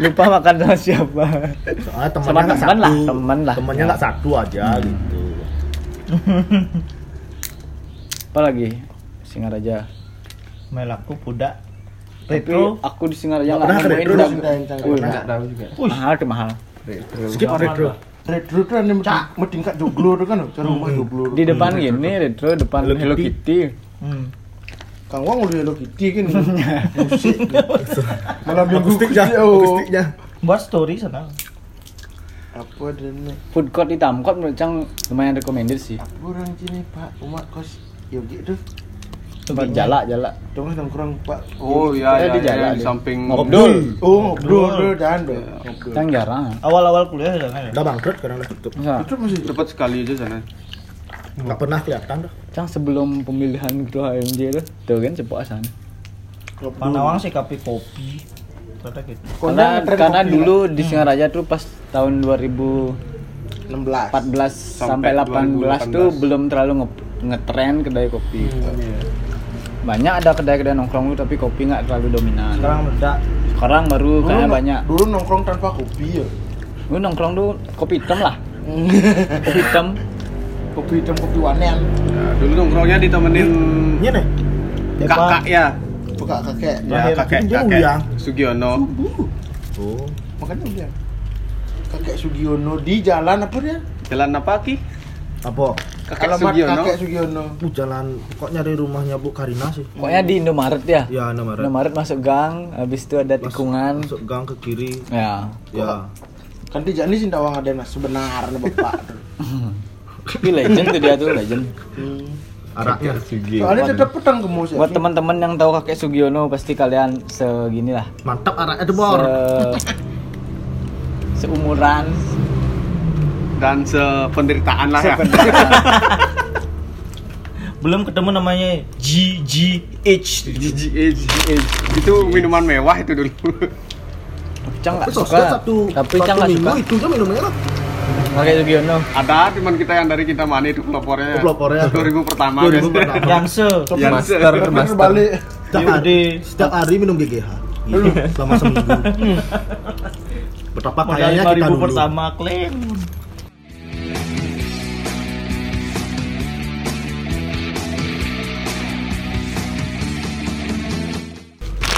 [SPEAKER 1] lupa makan sama siapa Sama
[SPEAKER 5] Soalnya temannya
[SPEAKER 1] teman
[SPEAKER 5] nggak satu.
[SPEAKER 1] lah, teman lah. Ya.
[SPEAKER 5] Temannya nggak satu aja gitu.
[SPEAKER 1] apa lagi Singaraja
[SPEAKER 4] melaku pudak
[SPEAKER 1] tapi
[SPEAKER 4] retro
[SPEAKER 1] aku di Singaraja
[SPEAKER 5] Nggak
[SPEAKER 1] nggak
[SPEAKER 5] pernah ke
[SPEAKER 1] nemuin
[SPEAKER 5] retro
[SPEAKER 1] udah
[SPEAKER 5] sih.
[SPEAKER 6] (laughs) Nggak tahu juga.
[SPEAKER 1] mahal tuh mahal
[SPEAKER 5] Skip retro.
[SPEAKER 2] Retro tuh aneh metingkat joglo tuh kan, cara rumah
[SPEAKER 5] Hmm.
[SPEAKER 2] joglo.
[SPEAKER 1] di depan gini retro depan
[SPEAKER 5] Hello
[SPEAKER 1] Hello
[SPEAKER 5] Kitty.
[SPEAKER 1] Kitty
[SPEAKER 4] Hmm.
[SPEAKER 2] Kang Wang udah Hello Kitty kan musik malam minggu
[SPEAKER 5] Akustiknya,
[SPEAKER 2] Kitty, oh.
[SPEAKER 5] akustiknya.
[SPEAKER 4] buat story sana
[SPEAKER 2] apa dan
[SPEAKER 1] food court di Tamkot menurut Cang lumayan recommended sih
[SPEAKER 2] kurang sini pak umat kos yogi Ya, tuh
[SPEAKER 1] tempat jalak jalak
[SPEAKER 2] Dong nongkrong Pak.
[SPEAKER 3] Oh iya,
[SPEAKER 1] Ada di
[SPEAKER 3] iya,
[SPEAKER 1] jalan
[SPEAKER 3] iya, di
[SPEAKER 1] dia.
[SPEAKER 3] samping
[SPEAKER 1] Ngobdul
[SPEAKER 2] Oh, ngobrol dulu dan dong. Ngobrol.
[SPEAKER 1] kan jarang
[SPEAKER 4] Awal-awal kuliah udah kan ya?
[SPEAKER 5] Udah bangkrut karena udah tutup.
[SPEAKER 1] Masa?
[SPEAKER 2] Itu masih
[SPEAKER 3] Cepat sekali aja sana.
[SPEAKER 5] Nggak pernah kelihatan dah.
[SPEAKER 1] Cang sebelum pemilihan ketua HMJ itu tuh kan cepok asan
[SPEAKER 4] Panawang sih kopi kopi. Ternyata gitu.
[SPEAKER 1] karena, karena dulu di Singaraja tuh pas tahun 2014
[SPEAKER 2] 16.
[SPEAKER 1] sampai 18 tuh
[SPEAKER 3] 2018.
[SPEAKER 1] belum terlalu nge- ngetren kedai kopi banyak ada kedai-kedai nongkrong tuh tapi kopi nggak terlalu dominan
[SPEAKER 4] Sekarang meledak.
[SPEAKER 1] sekarang baru
[SPEAKER 2] Dulu
[SPEAKER 1] kayak
[SPEAKER 2] nong-
[SPEAKER 1] banyak
[SPEAKER 2] Dulu nongkrong tanpa kopi ya.
[SPEAKER 1] lu nongkrong tuh kopi hitam lah kopi hitam
[SPEAKER 2] Kopi hitam kopi wanen.
[SPEAKER 3] Ya, dulu nongkrongnya ditemenin
[SPEAKER 5] Ini Iya nih.
[SPEAKER 3] kakak ya.
[SPEAKER 2] Buka kakek.
[SPEAKER 3] Ya, kakek,
[SPEAKER 5] dia
[SPEAKER 3] kakek.
[SPEAKER 5] Uyang.
[SPEAKER 3] Sugiono.
[SPEAKER 5] Oh.
[SPEAKER 2] Makanya dia. Kakek Sugiono di jalan apa dia?
[SPEAKER 3] Jalan apa Ki?
[SPEAKER 5] Apa?
[SPEAKER 3] Kakek
[SPEAKER 2] Alamat
[SPEAKER 3] Sugiono.
[SPEAKER 2] kakek Sugiono.
[SPEAKER 5] Bu jalan kok nyari rumahnya Bu Karina sih?
[SPEAKER 1] pokoknya di Indomaret ya
[SPEAKER 5] Ya, nomor.
[SPEAKER 1] Indomaret masuk gang habis itu ada tikungan
[SPEAKER 5] Masuk gang ke kiri.
[SPEAKER 1] ya
[SPEAKER 5] Ya.
[SPEAKER 2] Kan di jalan ini sih ndawang ada nah sebenarnya bapak. tuh.
[SPEAKER 1] tapi legend tuh dia tuh legend
[SPEAKER 5] Hmm. Araknya.
[SPEAKER 2] Soalnya tetap petang ke mus ya.
[SPEAKER 1] buat teman-teman yang tahu kakek Sugiono pasti kalian seginilah
[SPEAKER 5] Mantap araknya tuh, Bor.
[SPEAKER 1] Se- seumuran
[SPEAKER 3] Dan sependeritaan lah ya.
[SPEAKER 4] Belum ketemu namanya GGH.
[SPEAKER 3] GGH. Itu minuman mewah itu dulu.
[SPEAKER 1] Cang nggak
[SPEAKER 5] Tapi sosmed
[SPEAKER 1] suka
[SPEAKER 5] satu
[SPEAKER 1] tapi Cang
[SPEAKER 5] satu
[SPEAKER 1] nggak suka
[SPEAKER 5] minggu itu aja minum merah.
[SPEAKER 1] kakek Sugiono
[SPEAKER 3] Ada teman kita yang dari kita mana itu pelopornya.
[SPEAKER 5] Pelopornya.
[SPEAKER 3] 2000 pertama.
[SPEAKER 5] 2000
[SPEAKER 3] guys.
[SPEAKER 5] pertama.
[SPEAKER 4] Yang se.
[SPEAKER 3] Yang
[SPEAKER 6] Master,
[SPEAKER 2] Bener
[SPEAKER 6] master.
[SPEAKER 2] balik.
[SPEAKER 5] Setiap hari, setiap hari minum GGH.
[SPEAKER 2] Iya.
[SPEAKER 5] Gitu, selama
[SPEAKER 2] (laughs)
[SPEAKER 5] seminggu.
[SPEAKER 2] Hmm.
[SPEAKER 5] Betapa
[SPEAKER 4] Modal
[SPEAKER 5] kayanya kita
[SPEAKER 4] 5000
[SPEAKER 5] dulu.
[SPEAKER 4] pertama klaim.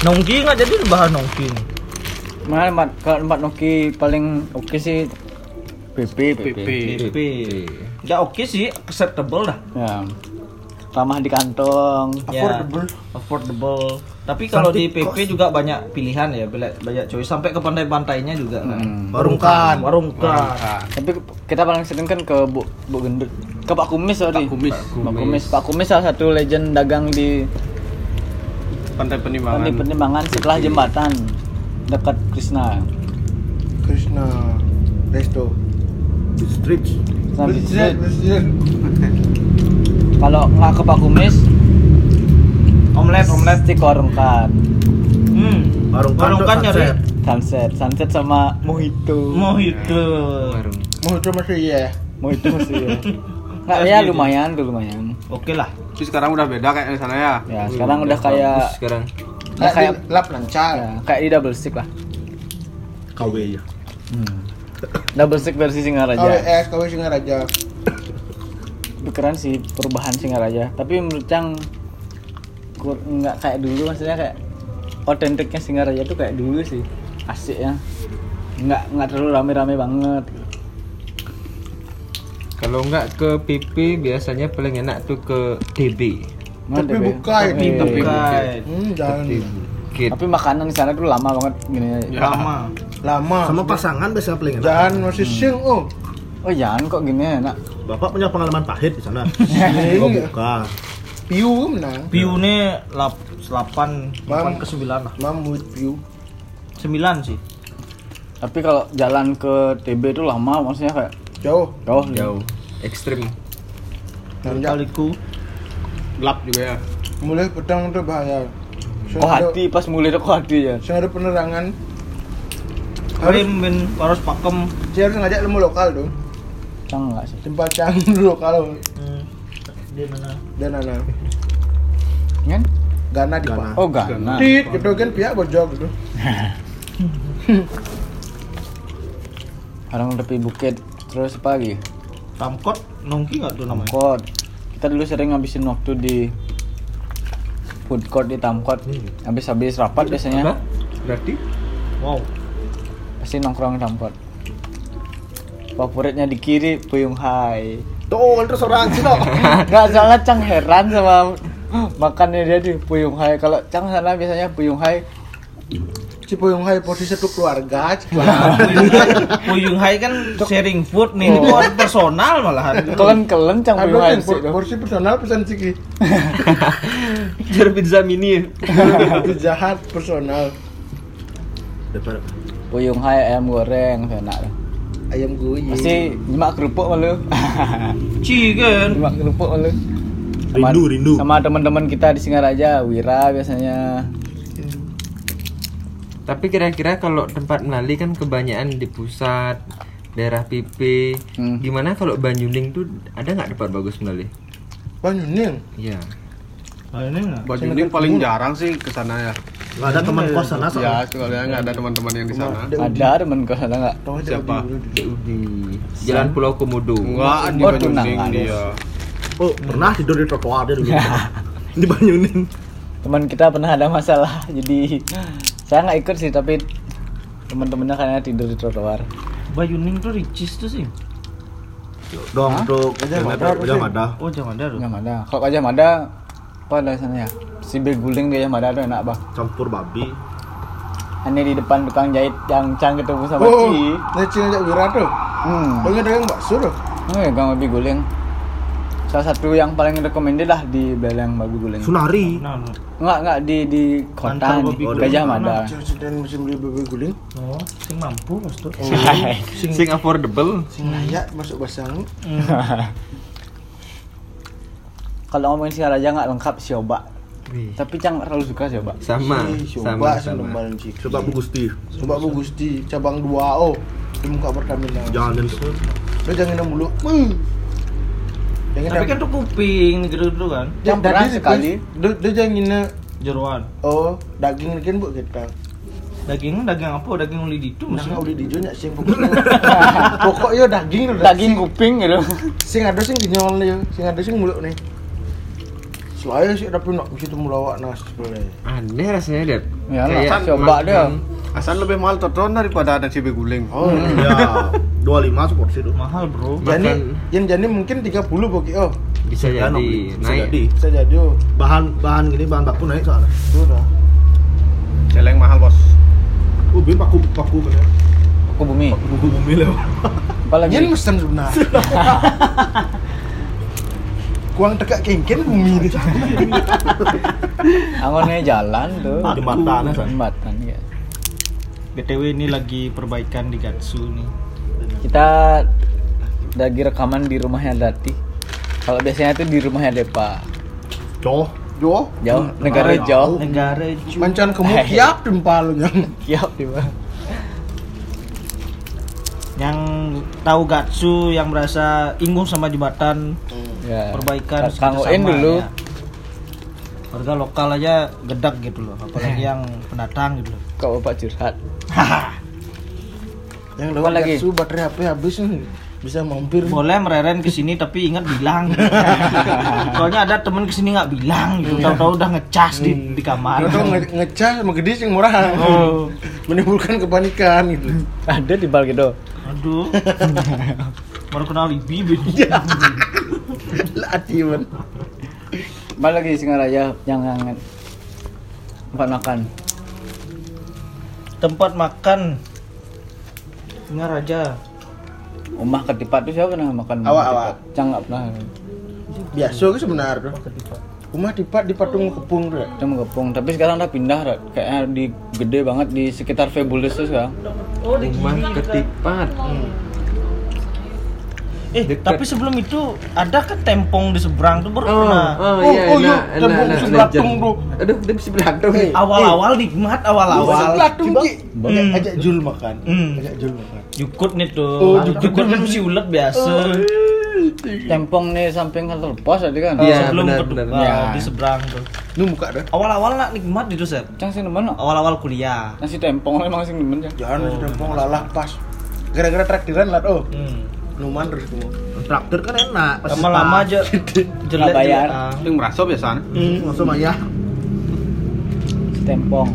[SPEAKER 4] Nongki nggak jadi bahan nongki nih.
[SPEAKER 1] mana mat kalau tempat Noki paling oke sih PP
[SPEAKER 3] PP.
[SPEAKER 4] BP.
[SPEAKER 6] Iya.
[SPEAKER 4] Ya oke sih, acceptable dah.
[SPEAKER 1] ya ramah di kantong
[SPEAKER 5] Iya.
[SPEAKER 4] Affordable. Affordable. Tapi kalau di PP juga banyak pilihan ya, banyak banyak choice sampai ke pantai-pantainya juga kan.
[SPEAKER 1] Hmm.
[SPEAKER 5] Warungkan.
[SPEAKER 4] Warungkan.
[SPEAKER 1] tapi kita paling sering kan ke Bu, Bu Gendut ke Pak Kumis sorry
[SPEAKER 3] Pak Kumis.
[SPEAKER 1] Pak Kumis Pak Kumis salah satu legend dagang di kan
[SPEAKER 3] Pantai
[SPEAKER 1] di
[SPEAKER 3] Penimbangan.
[SPEAKER 1] Penimbangan setelah jembatan dekat Krishna
[SPEAKER 2] Krishna. Resto.
[SPEAKER 5] Di street.
[SPEAKER 1] Krishna
[SPEAKER 2] Presiden,
[SPEAKER 1] Biscuit.
[SPEAKER 2] presiden.
[SPEAKER 5] (laughs)
[SPEAKER 1] kalau nggak ke Pak Kumis
[SPEAKER 4] Omelet, omelet.
[SPEAKER 1] di Korongkan
[SPEAKER 4] Hmm.
[SPEAKER 5] Warungkan,
[SPEAKER 4] Warungkan
[SPEAKER 5] dok,
[SPEAKER 4] nyari
[SPEAKER 5] sunset.
[SPEAKER 1] sunset sunset sama mojito
[SPEAKER 4] mojito.
[SPEAKER 6] Warung.
[SPEAKER 2] Mau itu masih iya ya.
[SPEAKER 1] mojito sih ya nggak ya lumayan tuh lumayan
[SPEAKER 4] Oke lah.
[SPEAKER 3] Tapi sekarang udah beda kayak di sana ya.
[SPEAKER 1] ya sekarang udah kayak
[SPEAKER 6] bagus sekarang
[SPEAKER 5] Nah,
[SPEAKER 1] udah kayak
[SPEAKER 2] Kayak di lap lancar.
[SPEAKER 1] ya, kayak di double stick lah Hmm.
[SPEAKER 5] KW ya.
[SPEAKER 1] double stick versi Singaraja
[SPEAKER 2] KWS, KW Singaraja.
[SPEAKER 1] itu keren sih perubahan Singaraja tapi menurut Cang kur- nggak kayak dulu maksudnya kayak otentiknya Singaraja tuh kayak dulu sih asik ya nggak nggak terlalu rame-rame banget
[SPEAKER 6] kalau nggak ke PP biasanya paling enak tuh ke DB
[SPEAKER 1] Mana
[SPEAKER 2] Tapi
[SPEAKER 1] deh, Be?
[SPEAKER 2] buka ini,
[SPEAKER 1] Tapi-
[SPEAKER 2] tapi-
[SPEAKER 4] Bukan.
[SPEAKER 2] Hmm, jangan.
[SPEAKER 6] Git.
[SPEAKER 1] tapi makanan di sana tuh lama banget gini
[SPEAKER 3] Ya.
[SPEAKER 4] Lama.
[SPEAKER 2] Lama.
[SPEAKER 5] Sama Hmm. pasangan biasanya paling enak.
[SPEAKER 2] Jangan masih sing oh.
[SPEAKER 1] oh jangan kok gini enak
[SPEAKER 5] Bapak punya pengalaman pahit di
[SPEAKER 4] (laughs)
[SPEAKER 5] sana. Oh, bukan.
[SPEAKER 2] Piu kan menang.
[SPEAKER 4] Piu ini lap 8
[SPEAKER 2] Mam.
[SPEAKER 4] 8 ke 9 lah.
[SPEAKER 2] Mamut Piu.
[SPEAKER 4] 9 sih.
[SPEAKER 1] tapi kalau jalan ke TB tuh lama maksudnya kayak
[SPEAKER 2] Jauh.
[SPEAKER 1] jauh
[SPEAKER 6] jauh ekstrim
[SPEAKER 2] Nanjak.
[SPEAKER 4] Kaliku.
[SPEAKER 3] Gelap juga ya.
[SPEAKER 2] Mulai pedang itu bahaya. Sing
[SPEAKER 1] oh
[SPEAKER 2] ada-
[SPEAKER 1] hati pas mulai tuh kok hati ya
[SPEAKER 2] sing ada penerangan. Harus
[SPEAKER 4] Krim bin harus pakem.
[SPEAKER 2] dia harus ngajak ilmu lokal dong.
[SPEAKER 1] cang nggak sih
[SPEAKER 2] Tempat cang (laughs) dulu kalau
[SPEAKER 4] Hmm. Di mana?
[SPEAKER 2] dan anak
[SPEAKER 1] kan
[SPEAKER 2] Gana di
[SPEAKER 5] Gana.
[SPEAKER 2] Pak.
[SPEAKER 1] oh Ghana
[SPEAKER 2] Tit gitu kan pihak bojok gitu.
[SPEAKER 1] orang tepi bukit terus apa lagi
[SPEAKER 4] Tamkot nongki nggak tuh
[SPEAKER 6] ya?
[SPEAKER 4] namanya?
[SPEAKER 1] Tamkot kita dulu sering ngabisin waktu di food court di Tamkot habis-habis rapat biasanya
[SPEAKER 6] Iya, Apa? berarti
[SPEAKER 4] Wow.
[SPEAKER 1] pasti nongkrong di Tamkot favoritnya di kiri Puyung Hai
[SPEAKER 5] Tuh, terus orang Cina.
[SPEAKER 1] nggak salah Cang heran sama makannya dia di Puyung Hai kalau Cang sana biasanya Puyung Hai
[SPEAKER 2] (laughs) Cipoyong Hai posisi satu keluarga.
[SPEAKER 4] Puyung Hai kan sharing food nih, oh. personal malahan.
[SPEAKER 1] Kelen-kelen cang
[SPEAKER 2] Aduh,
[SPEAKER 1] puyuh
[SPEAKER 2] kan,
[SPEAKER 1] hansik tuh.
[SPEAKER 2] porsi personal pesan ciki.
[SPEAKER 6] Jar
[SPEAKER 2] (laughs)
[SPEAKER 6] pizza mini.
[SPEAKER 2] Itu jahat personal.
[SPEAKER 7] Dapat
[SPEAKER 1] Puyung hai ayam goreng enak. tuh.
[SPEAKER 2] Ayam gue.
[SPEAKER 1] Pasti nyemak kerupuk malu.
[SPEAKER 4] Chicken.
[SPEAKER 1] nyemak kerupuk malu. Sama-
[SPEAKER 7] rindu rindu.
[SPEAKER 1] Sama teman-teman kita di Singaraja, Wira biasanya.
[SPEAKER 6] Tapi kira-kira kalau tempat Melali kan kebanyakan di pusat daerah PP.
[SPEAKER 1] Hmm.
[SPEAKER 6] Gimana kalau Banyuning tuh ada nggak tempat bagus Melali?
[SPEAKER 2] Banyuning.
[SPEAKER 6] Iya.
[SPEAKER 4] Nah,
[SPEAKER 3] Banyuning paling jarang sih ke sana ya.
[SPEAKER 7] Nggak ada teman kos sana
[SPEAKER 3] Ya,
[SPEAKER 7] soalnya.
[SPEAKER 3] soalnya nggak ada teman-teman yang di sana.
[SPEAKER 1] Ada teman kau ada nggak?
[SPEAKER 3] Siapa?
[SPEAKER 6] Di Jalan Pulau Komodo.
[SPEAKER 3] Enggak, di
[SPEAKER 1] Oh,
[SPEAKER 3] Banyuning
[SPEAKER 1] tunangan.
[SPEAKER 3] dia.
[SPEAKER 7] Oh, pernah tidur di trotoar dia dulu. Di Banyuning.
[SPEAKER 1] Teman kita pernah ada masalah, (laughs) jadi saya nggak ikut sih, tapi teman-temannya kayaknya tidur di trotoar.
[SPEAKER 4] Bayuning tuh ricis tuh sih.
[SPEAKER 7] Dong, untuk yang ada, yang ada.
[SPEAKER 4] Oh, jangan ada loh.
[SPEAKER 1] Yang ada. Kalau Gajah Mada, apa ada sana ya? Si Beguling di Gajah Mada tuh enak bah.
[SPEAKER 7] Campur babi.
[SPEAKER 1] Aneh di depan tukang jahit yang Cang ketemu sama
[SPEAKER 2] Oh,
[SPEAKER 1] Ci.
[SPEAKER 2] Neci ngajak Wira tuh.
[SPEAKER 1] Hmm.
[SPEAKER 2] Banyak dagang bakso tuh.
[SPEAKER 1] Oh ya, Gang Babi Guling. Salah satu yang paling recommended lah di Beleng Babi Guling.
[SPEAKER 7] Sunari.
[SPEAKER 4] Nah, nah.
[SPEAKER 1] Enggak, enggak di di kota
[SPEAKER 4] Kantang
[SPEAKER 1] nih,
[SPEAKER 4] Babi
[SPEAKER 7] Guling.
[SPEAKER 1] Gajah Mada.
[SPEAKER 2] Cuci dan musim beli bebek guling.
[SPEAKER 4] oh, sing mampu Mas tuh.
[SPEAKER 6] Sing, Sing affordable.
[SPEAKER 2] Sing layak masuk basang.
[SPEAKER 1] (laughs) Kalau ngomongin Singaraja enggak lengkap Sioba.
[SPEAKER 6] Wih.
[SPEAKER 1] Tapi Cang terlalu suka Sioba.
[SPEAKER 6] Sama, sama,
[SPEAKER 2] Coba
[SPEAKER 6] sama.
[SPEAKER 2] sebelum sih.
[SPEAKER 4] iya.
[SPEAKER 7] Coba Bu Gusti.
[SPEAKER 2] Coba Bu Gusti cabang 2 oh. Di muka Pertamina.
[SPEAKER 5] Ya.
[SPEAKER 7] Jangan
[SPEAKER 2] Lo jangan minum dulu. Hmm. Jangan
[SPEAKER 4] (laughs) Tapi kan tuh kuping gitu-gitu kan.
[SPEAKER 2] jam
[SPEAKER 1] Pernah
[SPEAKER 2] tadi
[SPEAKER 1] sekali.
[SPEAKER 2] sekali. Lo lo jangan minum
[SPEAKER 4] Jeroan.
[SPEAKER 2] oh daging kan bu kita.
[SPEAKER 4] Daging daging apa? Daging uli itu
[SPEAKER 2] Nah
[SPEAKER 4] maksudnya.
[SPEAKER 2] kalau di dijual nyak sing (laughs) pokoknya. Pokoknya daging tuh.
[SPEAKER 1] Daging kuping gitu.
[SPEAKER 2] Sing ada sing ginyol nih, sing ada sing mulut nih. Selain sih tapi nak bisa temu lawak nas boleh.
[SPEAKER 6] Aneh rasanya, Dad.
[SPEAKER 1] Ya, lah,
[SPEAKER 6] Kayak
[SPEAKER 1] coba
[SPEAKER 6] makan-
[SPEAKER 1] dia.
[SPEAKER 3] Asan lebih mahal Totron daripada ada CB guling. iya.
[SPEAKER 2] Oh.
[SPEAKER 6] Hmm.
[SPEAKER 7] Ya, 25 seporsi tuh.
[SPEAKER 4] Mahal, Bro.
[SPEAKER 2] Jadi
[SPEAKER 6] Bahkan
[SPEAKER 2] yang jadi mungkin 30 bagi oh
[SPEAKER 6] bisa
[SPEAKER 7] Kan,
[SPEAKER 6] jadi
[SPEAKER 7] Om, bisa
[SPEAKER 6] naik.
[SPEAKER 1] Eh.
[SPEAKER 7] jadi.
[SPEAKER 2] bisa jadi oh.
[SPEAKER 7] Bahan bahan gini bahan baku naik soalnya.
[SPEAKER 2] Itu dah.
[SPEAKER 3] Celeng mahal, Bos.
[SPEAKER 7] Oh, bin paku paku kan. ya.
[SPEAKER 1] Aku bumi.
[SPEAKER 7] Buku bumi lewat.
[SPEAKER 1] Apalagi
[SPEAKER 2] Yen mesen
[SPEAKER 1] (laughs)
[SPEAKER 2] sebenarnya. Kuang tegak kengken bumi ini.
[SPEAKER 1] angonnya jalan tuh.
[SPEAKER 4] Ah,
[SPEAKER 7] Di Martana, San.
[SPEAKER 1] Jembatan ya.
[SPEAKER 4] BTW ini lagi perbaikan di Gatsu nih.
[SPEAKER 1] Kita lagi rekaman di rumahnya Dati. Kalau biasanya tuh di rumahnya Depa.
[SPEAKER 7] Coh.
[SPEAKER 2] Yo,
[SPEAKER 1] Jauh,
[SPEAKER 4] Hmm,
[SPEAKER 1] negara
[SPEAKER 4] Kemarin
[SPEAKER 1] jauh.
[SPEAKER 4] Negara cu.
[SPEAKER 2] mancan kamu kiap timpal yang.
[SPEAKER 1] Siap Eh. di bawah.
[SPEAKER 4] Yang tahu Gatsu yang merasa inggung sama jembatan
[SPEAKER 1] Ya.
[SPEAKER 4] perbaikan
[SPEAKER 1] Ka- kangoin
[SPEAKER 4] kerjasama,
[SPEAKER 1] dulu.
[SPEAKER 4] ya. Warga lokal aja gedak gitu loh,
[SPEAKER 7] (laughs)
[SPEAKER 4] apalagi yang pendatang gitu loh.
[SPEAKER 1] Kak Bapak curhat.
[SPEAKER 2] Yang
[SPEAKER 1] Apa
[SPEAKER 2] lewat
[SPEAKER 1] lagi?
[SPEAKER 2] lagi. Su baterai HP habis nih. Bisa mampir.
[SPEAKER 4] Boleh mereren ke sini tapi ingat bilang. Soalnya ada temen ke sini nggak bilang gitu, tahu-tahu udah ngecas di, di kamar.
[SPEAKER 2] Atau nge- ngecas sama gede yang murah.
[SPEAKER 4] Oh.
[SPEAKER 2] (laughs) Menimbulkan kepanikan gitu.
[SPEAKER 1] Ada di Balgedo.
[SPEAKER 4] Aduh. Baru kenal Ibi Bin.
[SPEAKER 2] Lati men.
[SPEAKER 1] Balik lagi Singaraja yang hangat. Tempat makan.
[SPEAKER 4] Tempat makan. Dengar aja.
[SPEAKER 1] Rumah ketipat tuh siapa pernah makan?
[SPEAKER 2] Awak,
[SPEAKER 1] rumah
[SPEAKER 2] awak.
[SPEAKER 1] ketipat? Cang nggak pernah.
[SPEAKER 2] Biasa ke sebenarnya. Rumah dipat di patung kepung tuh.
[SPEAKER 1] Cang gepung. Tapi sekarang udah pindah. Rat. Kayaknya di gede banget di sekitar Fabulous tuh sekarang.
[SPEAKER 4] Oh,
[SPEAKER 6] Rumah ketipat.
[SPEAKER 4] Eh,
[SPEAKER 6] Dekat.
[SPEAKER 4] tapi sebelum itu ada ke tempong di seberang tuh baru pernah.
[SPEAKER 2] Oh,
[SPEAKER 6] oh, iya,
[SPEAKER 2] oh, iya, dan
[SPEAKER 6] enak, enak,
[SPEAKER 2] bungkus
[SPEAKER 6] enak,
[SPEAKER 2] belatung,
[SPEAKER 6] legend.
[SPEAKER 2] bro.
[SPEAKER 6] Aduh, dia bisa belatung.
[SPEAKER 4] Awal-awal nikmat, awal-awal.
[SPEAKER 2] Latung ki.
[SPEAKER 4] Hmm.
[SPEAKER 2] Ajak Jul makan.
[SPEAKER 4] Hmm.
[SPEAKER 2] Ajak Jul makan.
[SPEAKER 4] Jukut nih tuh.
[SPEAKER 2] Oh,
[SPEAKER 4] jukut,
[SPEAKER 2] jukut.
[SPEAKER 4] kan masih ulet biasa.
[SPEAKER 1] Tempong nih samping kantor pos tadi kan.
[SPEAKER 6] Iya.
[SPEAKER 4] sebelum
[SPEAKER 6] benar,
[SPEAKER 4] pedu-
[SPEAKER 6] benar,
[SPEAKER 4] ah,
[SPEAKER 6] iya.
[SPEAKER 4] di seberang tuh.
[SPEAKER 2] Lu buka dah.
[SPEAKER 4] Awal-awal nak nikmat itu, Sep.
[SPEAKER 1] Cang sih nemen. no?
[SPEAKER 4] Awal-awal kuliah.
[SPEAKER 1] Nasi tempong (laughs) emang sih nemen Cang.
[SPEAKER 2] Jangan oh, dempong lalah pas. Gara-gara traktiran lah oh.
[SPEAKER 4] Hmm.
[SPEAKER 2] Numan terus semua.
[SPEAKER 7] Traktor kan enak.
[SPEAKER 4] Lama-lama aja jelek
[SPEAKER 1] bayar.
[SPEAKER 3] Yang merasa biasanya.
[SPEAKER 7] Masa maya.
[SPEAKER 1] Si tempong.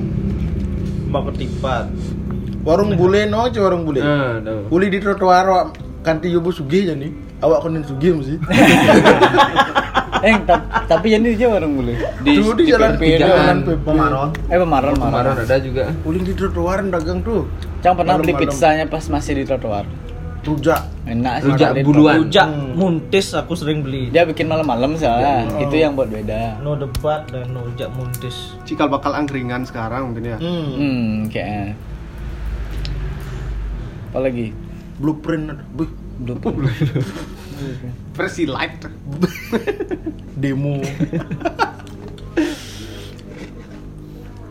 [SPEAKER 4] Mbak ketipat.
[SPEAKER 2] Warung bule no, aja warung bule.
[SPEAKER 3] Hmm.
[SPEAKER 6] Ah, tuh.
[SPEAKER 2] Uli di trotoar wak. kanti yobo sugih jadi awak konen sugih mesti
[SPEAKER 1] Eh, ta- tapi jadi dia warung boleh.
[SPEAKER 3] Di-
[SPEAKER 2] dulu di
[SPEAKER 3] di
[SPEAKER 2] jalan Iya.
[SPEAKER 3] PP,
[SPEAKER 2] jalan
[SPEAKER 3] jalan.
[SPEAKER 2] PP
[SPEAKER 8] Pemaron.
[SPEAKER 1] kan. Eh, pemarah
[SPEAKER 6] Kemarin
[SPEAKER 1] marah.
[SPEAKER 6] ada juga.
[SPEAKER 2] uling di trotoar dagang tuh
[SPEAKER 1] Cang pernah beli
[SPEAKER 2] Malam-malam.
[SPEAKER 1] pizzanya pas masih di trotoar.
[SPEAKER 2] rujak
[SPEAKER 1] Enak sih.
[SPEAKER 6] Rujak
[SPEAKER 1] Padahal
[SPEAKER 6] buluan.
[SPEAKER 4] Rujak muntis aku sering beli.
[SPEAKER 1] Dia bikin malam-malam soalnya. Itu yang buat beda.
[SPEAKER 4] No debat dan no rujak muntis.
[SPEAKER 3] Cikal bakal angkringan sekarang mungkin ya.
[SPEAKER 1] Hmm, kayaknya. Apalagi?
[SPEAKER 2] blueprint ada. Bih,
[SPEAKER 3] Versi light.
[SPEAKER 2] demo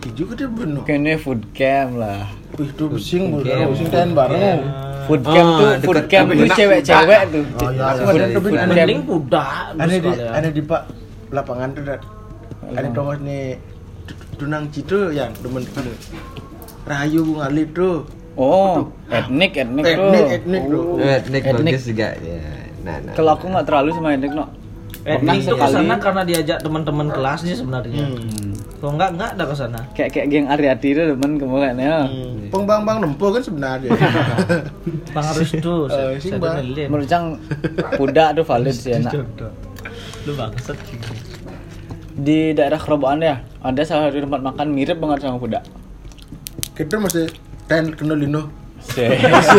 [SPEAKER 2] Ijo gede bener.
[SPEAKER 1] Kayaknya food camp lah. Iya.
[SPEAKER 2] Wih, tuh pusing, pusing kan bareng.
[SPEAKER 1] Food camp
[SPEAKER 6] Ah,
[SPEAKER 1] tuh, food
[SPEAKER 6] dekat
[SPEAKER 1] camp
[SPEAKER 3] tapi
[SPEAKER 1] tuh
[SPEAKER 3] enak
[SPEAKER 1] cewek-cewek tuh.
[SPEAKER 2] Oh, iya,
[SPEAKER 1] Food,
[SPEAKER 2] iya. Tapi
[SPEAKER 1] food
[SPEAKER 2] ada-
[SPEAKER 1] camp.
[SPEAKER 4] Mending budak
[SPEAKER 2] Ada di,
[SPEAKER 4] sekalian.
[SPEAKER 2] ada di pak lapangan tuh dat. Ada tongos nih tunang citu yang demen tuh. Rahayu Bung Ali tuh.
[SPEAKER 1] Oh, etnik, etnik tuh.
[SPEAKER 2] Etnik, etnik tuh.
[SPEAKER 6] Eh, Nick
[SPEAKER 1] Etnik.
[SPEAKER 6] bagus juga ya. Nah, nah.
[SPEAKER 1] Kalau aku nggak terlalu sama etnik, no.
[SPEAKER 4] Eh,
[SPEAKER 1] Pernah
[SPEAKER 4] itu kesana karena diajak teman-teman kelasnya sebenarnya. Kalau enggak enggak ada kesana.
[SPEAKER 1] kayak kayak geng Ariati itu temen kemarin ya.
[SPEAKER 2] Hmm, Pengbang-bang nempo kan sebenarnya.
[SPEAKER 4] Bang harus tuh,
[SPEAKER 2] (laughs) Eh,
[SPEAKER 4] saya
[SPEAKER 2] sing,
[SPEAKER 4] saya
[SPEAKER 2] Bang.
[SPEAKER 4] dengerin.
[SPEAKER 1] Menurut Cang Puda tuh valid sih enak.
[SPEAKER 4] Lu bangsat juga.
[SPEAKER 1] Di daerah Kerobokan ya, ada salah satu tempat makan mirip banget sama
[SPEAKER 2] (laughs)
[SPEAKER 1] Puda.
[SPEAKER 2] Kita masih ten kenalino.
[SPEAKER 1] Sih.